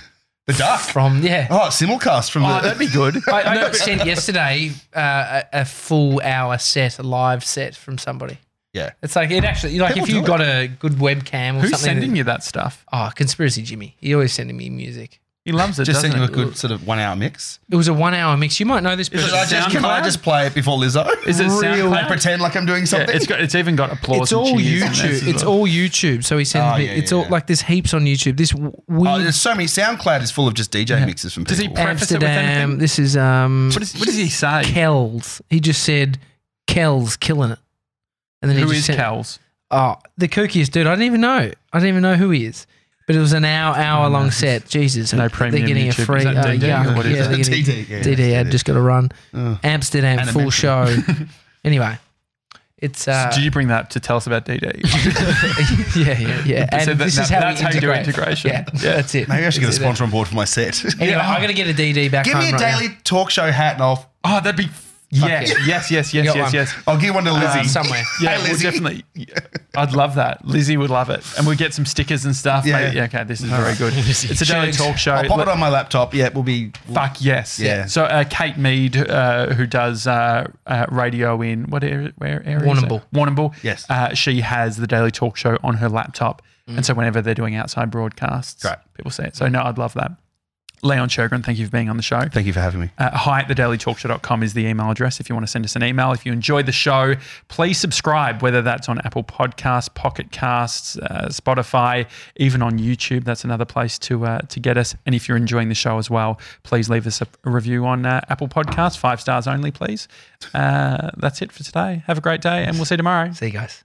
The duck. from yeah. Oh, simulcast from the that'd be good. I, I got sent yesterday uh, a, a full hour set, a live set from somebody. Yeah. It's like it actually like People if you do got a good webcam or Who's something. sending that- you that stuff? Oh, conspiracy Jimmy. He always sending me music. He loves it. Just doesn't sending you a it? good sort of one hour mix. It was a one hour mix. You might know this person. Should I just, can I SoundCloud? just play it before Lizzo? Is it Real- SoundCloud? pretend like I'm doing Yeah, something? it's got. It's even got applause. it's and all cheers and this YouTube. as It's well. Ah, all YouTube. So he sends Oh, me. yeah, it's yeah, all yeah. like there's heaps on YouTube. This w- weird oh, there's so many. SoundCloud is full of just DJ mixes from people. Does he preface it with Amsterdam. anything? This is um What, is, what does he say? Kells. He just said Kells killing it. And then Who just is sent- Cal's? Oh, the kookiest dude. I didn't even know. I didn't even know who he is. But it was an hour hour long set. Jesus, no they're premium YouTube. getting a Is free. that uh, DD or yeah, what is yeah, it? they're getting- DD, yeah, DD yeah. ad just got to run. Oh. Amsterdam full Animation. show. anyway, it's uh, Did you bring that up to tell us about DD? yeah, yeah, yeah. And So that- this is that- how that's we how you do integrate. integration. Yeah, Yeah. that's it. Maybe I should get a That's it. sponsor on board for my set. Anyway, I'm gonna get a DD back. Give me home a right now. daily talk show hat and I'll, oh, that'd be. Yes, yeah. yes, yes, You yes, got yes, one. yes. I'll give one to Lizzie. somewhere. Uh, Yeah, Hey, well, Lizzie. definitely. I'd love that. Lizzie would love it, and we'd get some stickers and stuff. Yeah. Yeah, yeah okay, this is very good. It's a daily Shirts. talk show. I'll pop it Let- on my laptop. Yeah, we'll be. Fuck yes. Yeah. So uh, Kate Mead, uh, who does uh, uh, radio in what area? Where area? is it? Warrnambool. Warrnambool. Yes. Mm. Uh, she has the Daily Talk Show on her laptop, and so whenever they're doing outside broadcasts, Great. people see it. So no, I'd love that. Leon Shergren, thank you for being on the show. Thank you for having me. Uh, hi at thedailytalkshow.com is the email address if you want to send us an email. If you enjoyed the show, please subscribe, whether that's on Apple Podcasts, Pocket Casts, uh, Spotify, even on YouTube. That's another place to uh, to get us. And if you're enjoying the show as well, please leave us a a review on uh, Apple Podcasts, five stars only, please. Uh, that's it for today. Have a great day, and we'll see you tomorrow. See you guys.